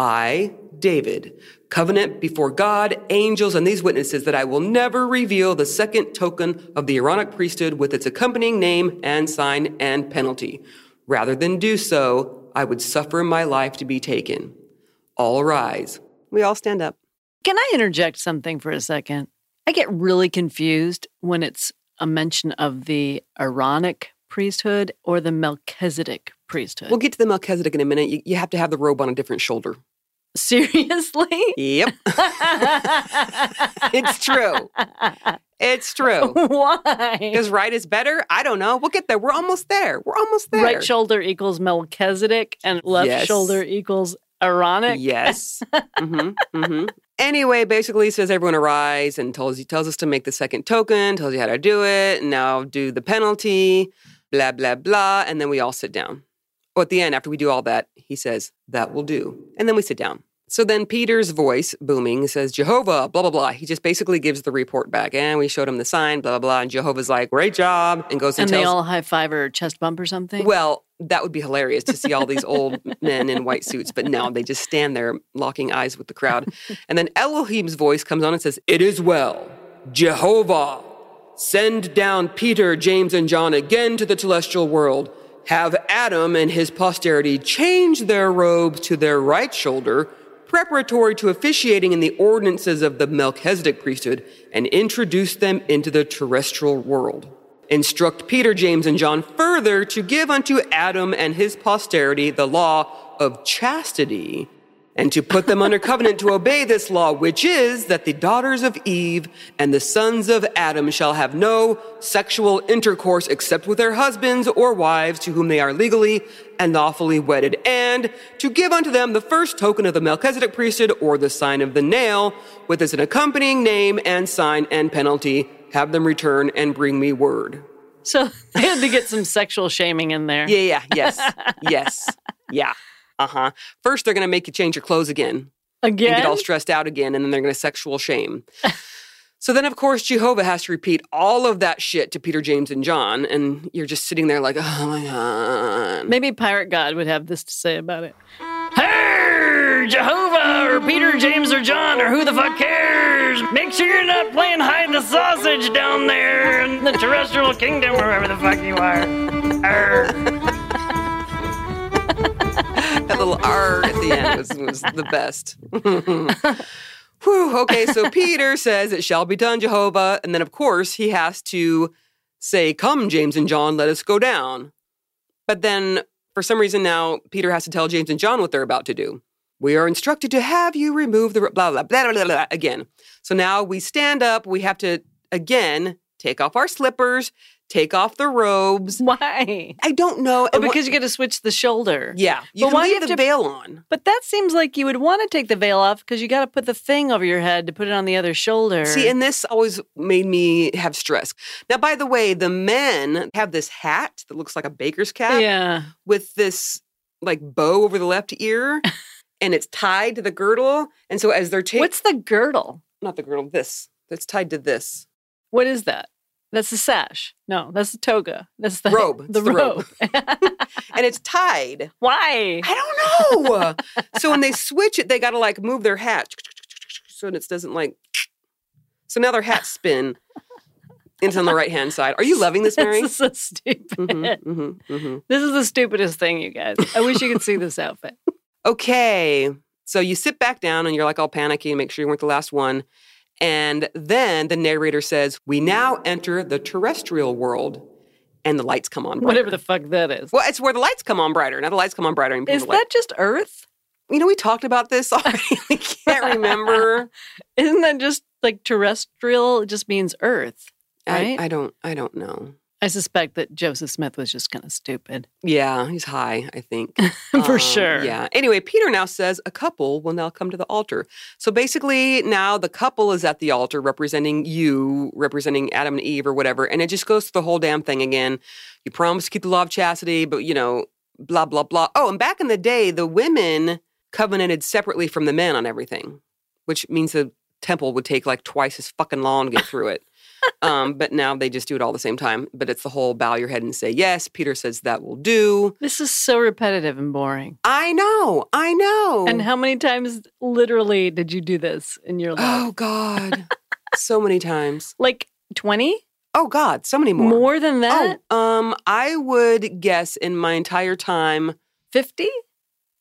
Speaker 1: I, David, covenant before God, angels, and these witnesses that I will never reveal the second token of the Aaronic priesthood with its accompanying name and sign and penalty. Rather than do so, I would suffer my life to be taken. All rise. We all stand up.
Speaker 2: Can I interject something for a second? I get really confused when it's a mention of the Aaronic priesthood or the Melchizedek priesthood.
Speaker 1: We'll get to the Melchizedek in a minute. You, you have to have the robe on a different shoulder.
Speaker 2: Seriously?
Speaker 1: Yep. it's true. It's true.
Speaker 2: Why?
Speaker 1: Because right is better. I don't know. We'll get there. We're almost there. We're almost there.
Speaker 2: Right shoulder equals Melchizedek and left
Speaker 1: Yes.
Speaker 2: shoulder equals Aaronic.
Speaker 1: Yes. hmm hmm Anyway, basically he says everyone arise and tells you tells us to make the second token, tells you how to do it, and now do the penalty, blah blah blah, and then we all sit down. Well, at the end, after we do all that, he says that will do, and then we sit down. So then Peter's voice booming says Jehovah, blah blah blah. He just basically gives the report back, and we showed him the sign, blah blah blah, and Jehovah's like, great job, and goes and,
Speaker 2: And
Speaker 1: tells.
Speaker 2: they all high five or chest bump or something.
Speaker 1: Well, that would be hilarious to see all these old men in white suits, but no, they just stand there locking eyes with the crowd. And then Elohim's voice comes on and says, It is well, Jehovah, send down Peter, James, and John again to the celestial world. Have Adam and his posterity change their robes to their right shoulder, preparatory to officiating in the ordinances of the Melchizedek priesthood, and introduce them into the terrestrial world. Instruct Peter, James, and John further to give unto Adam and his posterity the law of chastity, and to put them under covenant to obey this law, which is that the daughters of Eve and the sons of Adam shall have no sexual intercourse except with their husbands or wives to whom they are legally and lawfully wedded, and to give unto them the first token of the Melchizedek priesthood or the sign of the nail, with its accompanying name and sign and penalty have them return and bring me word.
Speaker 2: so they had to get some sexual shaming in there.
Speaker 1: Yeah, yeah, yes, yes, yeah. Uh huh. First, they're going to make you change your clothes again and
Speaker 2: Again.
Speaker 1: get all stressed out again, and then they're going to sexual shame. so then, of course, Jehovah has to repeat all of that shit to Peter, James, and John, and you're just sitting there like, oh my God.
Speaker 2: Maybe Pirate God would have this to say about it.
Speaker 5: Hey, Jehovah or Peter, James or John or who the fuck cares? Make sure you're not playing hide the sausage down there in the terrestrial kingdom or wherever the fuck you are. Arr.
Speaker 1: That little R at the end was, was the best. Whew, okay, so Peter says, It shall be done, Jehovah. And then, of course, he has to say, Come, James and John, let us go down. But then, for some reason, now Peter has to tell James and John what they're about to do. We are instructed to have you remove the blah, blah, blah, blah, blah, blah again. So now we stand up. We have to, again, take off our slippers, take off the robes.
Speaker 2: Why?
Speaker 1: I don't know.
Speaker 2: Oh,
Speaker 1: and uh, what-
Speaker 2: because you got to switch the shoulder.
Speaker 1: yeah, you
Speaker 2: But
Speaker 1: can
Speaker 2: why you
Speaker 1: leave
Speaker 2: have
Speaker 1: the
Speaker 2: to-
Speaker 1: veil on.
Speaker 2: But that seems like you would want to take the veil off because you got to put the thing over your head to put it on the other shoulder.
Speaker 1: See, and this always made me have stress. Now, by the way, the men have this hat that looks like a baker's cap
Speaker 2: yeah,
Speaker 1: with this like bow over the left ear and it's tied to the girdle. And so as they're taking
Speaker 2: what's the girdle?
Speaker 1: not the girdle, this. That's tied to this.
Speaker 2: What is that? That's the sash. No, that's the toga. That's the
Speaker 1: Robe. It's
Speaker 2: The,
Speaker 1: the robe.
Speaker 2: robe.
Speaker 1: And it's tied.
Speaker 2: Why?
Speaker 1: I don't know. so when they switch it, they gotta like move their hat. So it doesn't like so now their hats spin. And it's on the right hand side. Are you loving this, Mary?
Speaker 2: This is so stupid.
Speaker 1: Mhm, mhm, mhm.
Speaker 2: This is the stupidest thing, you guys. I wish you could see this outfit.
Speaker 1: okay. So you sit back down and you're like all panicky and make sure you weren't the last one. And then the narrator says, We now enter the terrestrial world. and the lights come on brighter.
Speaker 2: Whatever the fuck that is.
Speaker 1: Well, it's where the lights come on brighter. Now the lights come on brighter. And people
Speaker 2: Is
Speaker 1: are like,
Speaker 2: that just Earth?
Speaker 1: you know, we talked about this already. we can't remember.
Speaker 2: Isn't that just like terrestrial? It just means Earth, right?
Speaker 1: I,
Speaker 2: I,
Speaker 1: I don't. I don't know.
Speaker 2: suspect that Joseph Smith was just kind of stupid.
Speaker 1: Yeah, he's high. I think
Speaker 2: For
Speaker 1: Um,
Speaker 2: sure.
Speaker 1: Yeah. Anyway, Peter now says a couple will now come to the altar. So basically, now the couple is at the altar representing you, representing Adam and Eve or whatever, and it just goes through the whole damn thing again. You promise to keep the law of chastity, but you know, blah blah blah. Oh, and back in the day, the women covenanted separately from the men on everything, which means the temple would take like twice as fucking long to get through it. um, but now they just do it all the same time. But it's the whole bow your head and say yes. Peter says that will do.
Speaker 2: This is so repetitive and boring.
Speaker 1: I know, I know.
Speaker 2: And how many times literally did you do this in your life?
Speaker 1: oh God, so many times.
Speaker 2: Like 20?
Speaker 1: Oh God, so many more.
Speaker 2: More, than that?
Speaker 1: Oh, um, I would guess in my entire time,
Speaker 2: 50?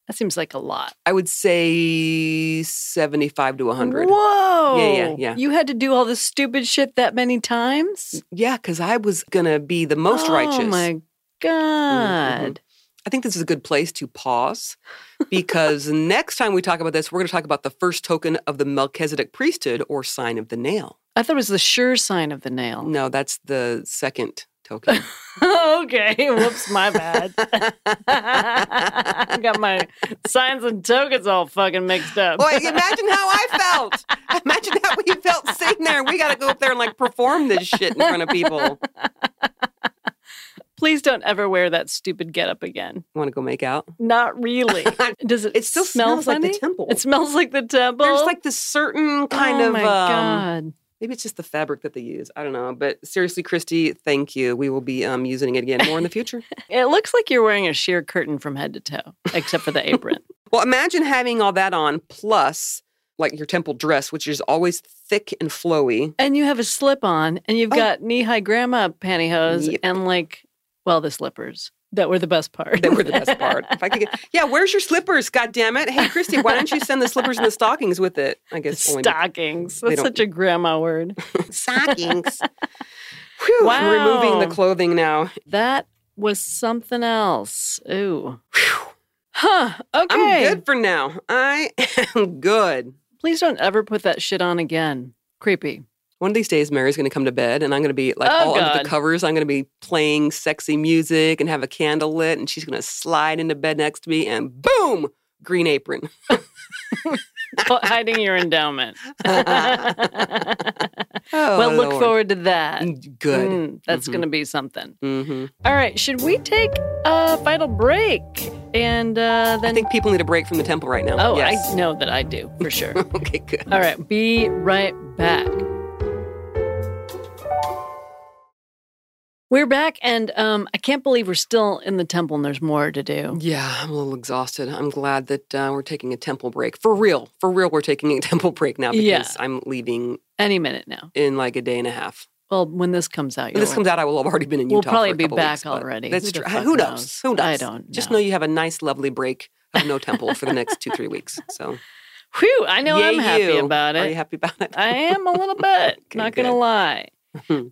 Speaker 2: That seems like a lot.
Speaker 1: I would say seventy-five to hundred.
Speaker 2: Whoa.
Speaker 1: Yeah, yeah, yeah.
Speaker 2: You had to do all this stupid shit that many times?
Speaker 1: Yeah, because I was gonna be the most
Speaker 2: oh,
Speaker 1: righteous. Mm-hmm.
Speaker 2: my God.
Speaker 1: I think this is a good place to pause because next time we talk about this, we're going to talk about the first token of the Melchizedek priesthood or sign of the nail.
Speaker 2: I thought it was the sure sign of the nail.
Speaker 1: No, that's the second token.
Speaker 2: okay. Whoops, my bad. I got my signs and tokens all fucking mixed up.
Speaker 1: Boy, imagine how I felt. Imagine how we felt sitting there. We got to go up there and like perform this shit in front of people. Want
Speaker 2: Please don't ever wear that stupid getup again.
Speaker 1: to go make out?
Speaker 2: Not really. Does it?
Speaker 1: It still
Speaker 2: smell
Speaker 1: smells like the
Speaker 2: funny?
Speaker 1: temple.
Speaker 2: It smells like the temple.
Speaker 1: There's like this certain kind
Speaker 2: oh
Speaker 1: of
Speaker 2: my
Speaker 1: um,
Speaker 2: God.
Speaker 1: maybe it's just the fabric that they use. I don't know. But seriously, Christy, thank you. We will be um, using it again more in the future.
Speaker 2: It looks like you're wearing a sheer curtain from head to toe, except for the apron.
Speaker 1: Well, imagine having all that on plus like your temple dress, which is always thick and flowy.
Speaker 2: and you have a slip on, and you've
Speaker 1: Oh.
Speaker 2: got knee high grandma pantyhose,
Speaker 1: Yep.
Speaker 2: and like, well, the slippers that were the best part.
Speaker 1: They were the best part. If I could get, yeah, where's your slippers? God damn it! Hey, Christy, why don't you send the slippers and the stockings with it? I guess only because-
Speaker 2: Stockings.
Speaker 1: they
Speaker 2: That's
Speaker 1: don't-
Speaker 2: such a grandma word.
Speaker 1: stockings. Whew, I'm removing
Speaker 2: Wow.
Speaker 1: the clothing now.
Speaker 2: That was something else. Ooh. Huh. Okay.
Speaker 1: I'm good for now. I am good.
Speaker 2: Please don't ever put that shit on again. Creepy.
Speaker 1: One of these days, Mary's going to come to bed, and I'm going to be like
Speaker 2: Oh,
Speaker 1: all under
Speaker 2: God.
Speaker 1: the covers. I'm going to be playing sexy music and have a candle lit, and she's going to slide into bed next to me, and boom, green apron.
Speaker 2: Well, hiding your endowment.
Speaker 1: Oh,
Speaker 2: well, look
Speaker 1: Lord.
Speaker 2: forward to that.
Speaker 1: Good. Mm-hmm.
Speaker 2: Mm, that's going to be something.
Speaker 1: hmm
Speaker 2: All right. Should we take a final break? And uh, then.
Speaker 1: I think people need a break from the temple right now.
Speaker 2: oh,
Speaker 1: yes.
Speaker 2: I know that I do for sure.
Speaker 1: okay, good.
Speaker 2: All right. Be right back. We're back, and um, I can't believe we're still in the temple and there's more to do.
Speaker 1: Yeah, I'm a little exhausted. I'm glad that uh, we're taking a temple break. For real. For real, we're taking a temple break now because
Speaker 2: Yeah.
Speaker 1: I'm leaving
Speaker 2: Any minute now.
Speaker 1: in like a day and a half.
Speaker 2: Well, when this comes out,
Speaker 1: When this
Speaker 2: you'll-
Speaker 1: comes out, I will have already been in Utah.
Speaker 2: We'll probably
Speaker 1: for a
Speaker 2: be
Speaker 1: couple
Speaker 2: back
Speaker 1: weeks, but
Speaker 2: already.
Speaker 1: That's
Speaker 2: Who the
Speaker 1: true.
Speaker 2: fuck
Speaker 1: Who knows?
Speaker 2: knows?
Speaker 1: Who knows?
Speaker 2: I don't
Speaker 1: Just
Speaker 2: know.
Speaker 1: know you have a nice, lovely break of no temple for the next two, three weeks. So,
Speaker 2: Whew, I know
Speaker 1: yay
Speaker 2: I'm happy
Speaker 1: you.
Speaker 2: about
Speaker 1: Are you
Speaker 2: it. Uh,
Speaker 1: happy about it?
Speaker 2: I am a little bit. not going to
Speaker 1: good.
Speaker 2: lie.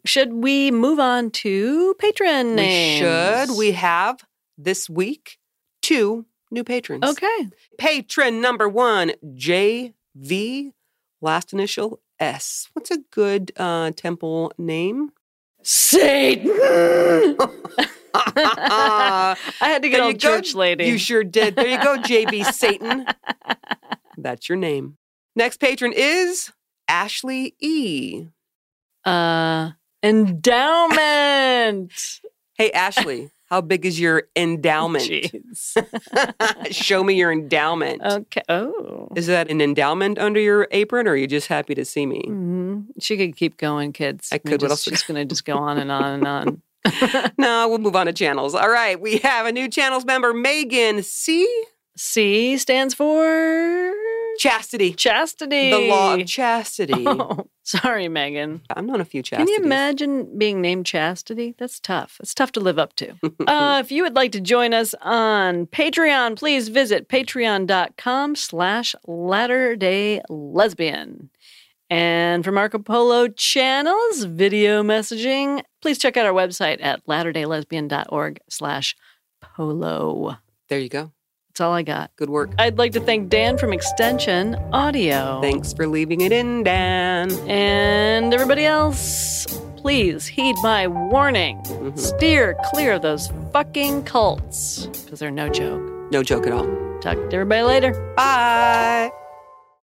Speaker 2: Should we move on to patron
Speaker 1: we
Speaker 2: names?
Speaker 1: should. We have this week two new patrons.
Speaker 2: Okay.
Speaker 1: Patron number one, JV, last initial S. What's a good uh, temple name?
Speaker 2: Satan.
Speaker 1: Ah,
Speaker 2: I had to get
Speaker 1: there
Speaker 2: all
Speaker 1: you go.
Speaker 2: church lady.
Speaker 1: You sure did. There you go, JB Satan. That's your name. Next patron is Ashley E.
Speaker 2: uh, endowment.
Speaker 1: Hey, Ashley, how big is your endowment?
Speaker 2: Jeez.
Speaker 1: Show me your endowment.
Speaker 2: Okay. Oh.
Speaker 1: Is that an endowment under your apron, or are you just happy to see me?
Speaker 2: hmm She could keep going, kids.
Speaker 1: I
Speaker 2: mean,
Speaker 1: could. What
Speaker 2: Just,
Speaker 1: else-
Speaker 2: She's going to just go on and on and on.
Speaker 1: no, we'll move on to channels. All right, we have a new channels member, Megan C.
Speaker 2: C stands for
Speaker 1: Chastity.
Speaker 2: chastity.
Speaker 1: The law of chastity.
Speaker 2: Oh, sorry, Megan.
Speaker 1: I'm known a few chastities.
Speaker 2: Can you imagine being named Chastity? That's tough. It's tough to live up to. uh, if you would like to join us on Patreon, please visit patreon.com slash latter-day lesbian. And for Marco Polo channels, video messaging, please check out our website at latterdaylesbian.org slash polo.
Speaker 1: There you go.
Speaker 2: That's all I got.
Speaker 1: Good work.
Speaker 2: I'd like to thank Dan from Extension Audio.
Speaker 1: Thanks for leaving it in, Dan.
Speaker 2: And everybody else, please heed my warning. Steer clear of those fucking cults, because they're no joke.
Speaker 1: No joke at all.
Speaker 2: Talk to everybody later.
Speaker 1: Bye.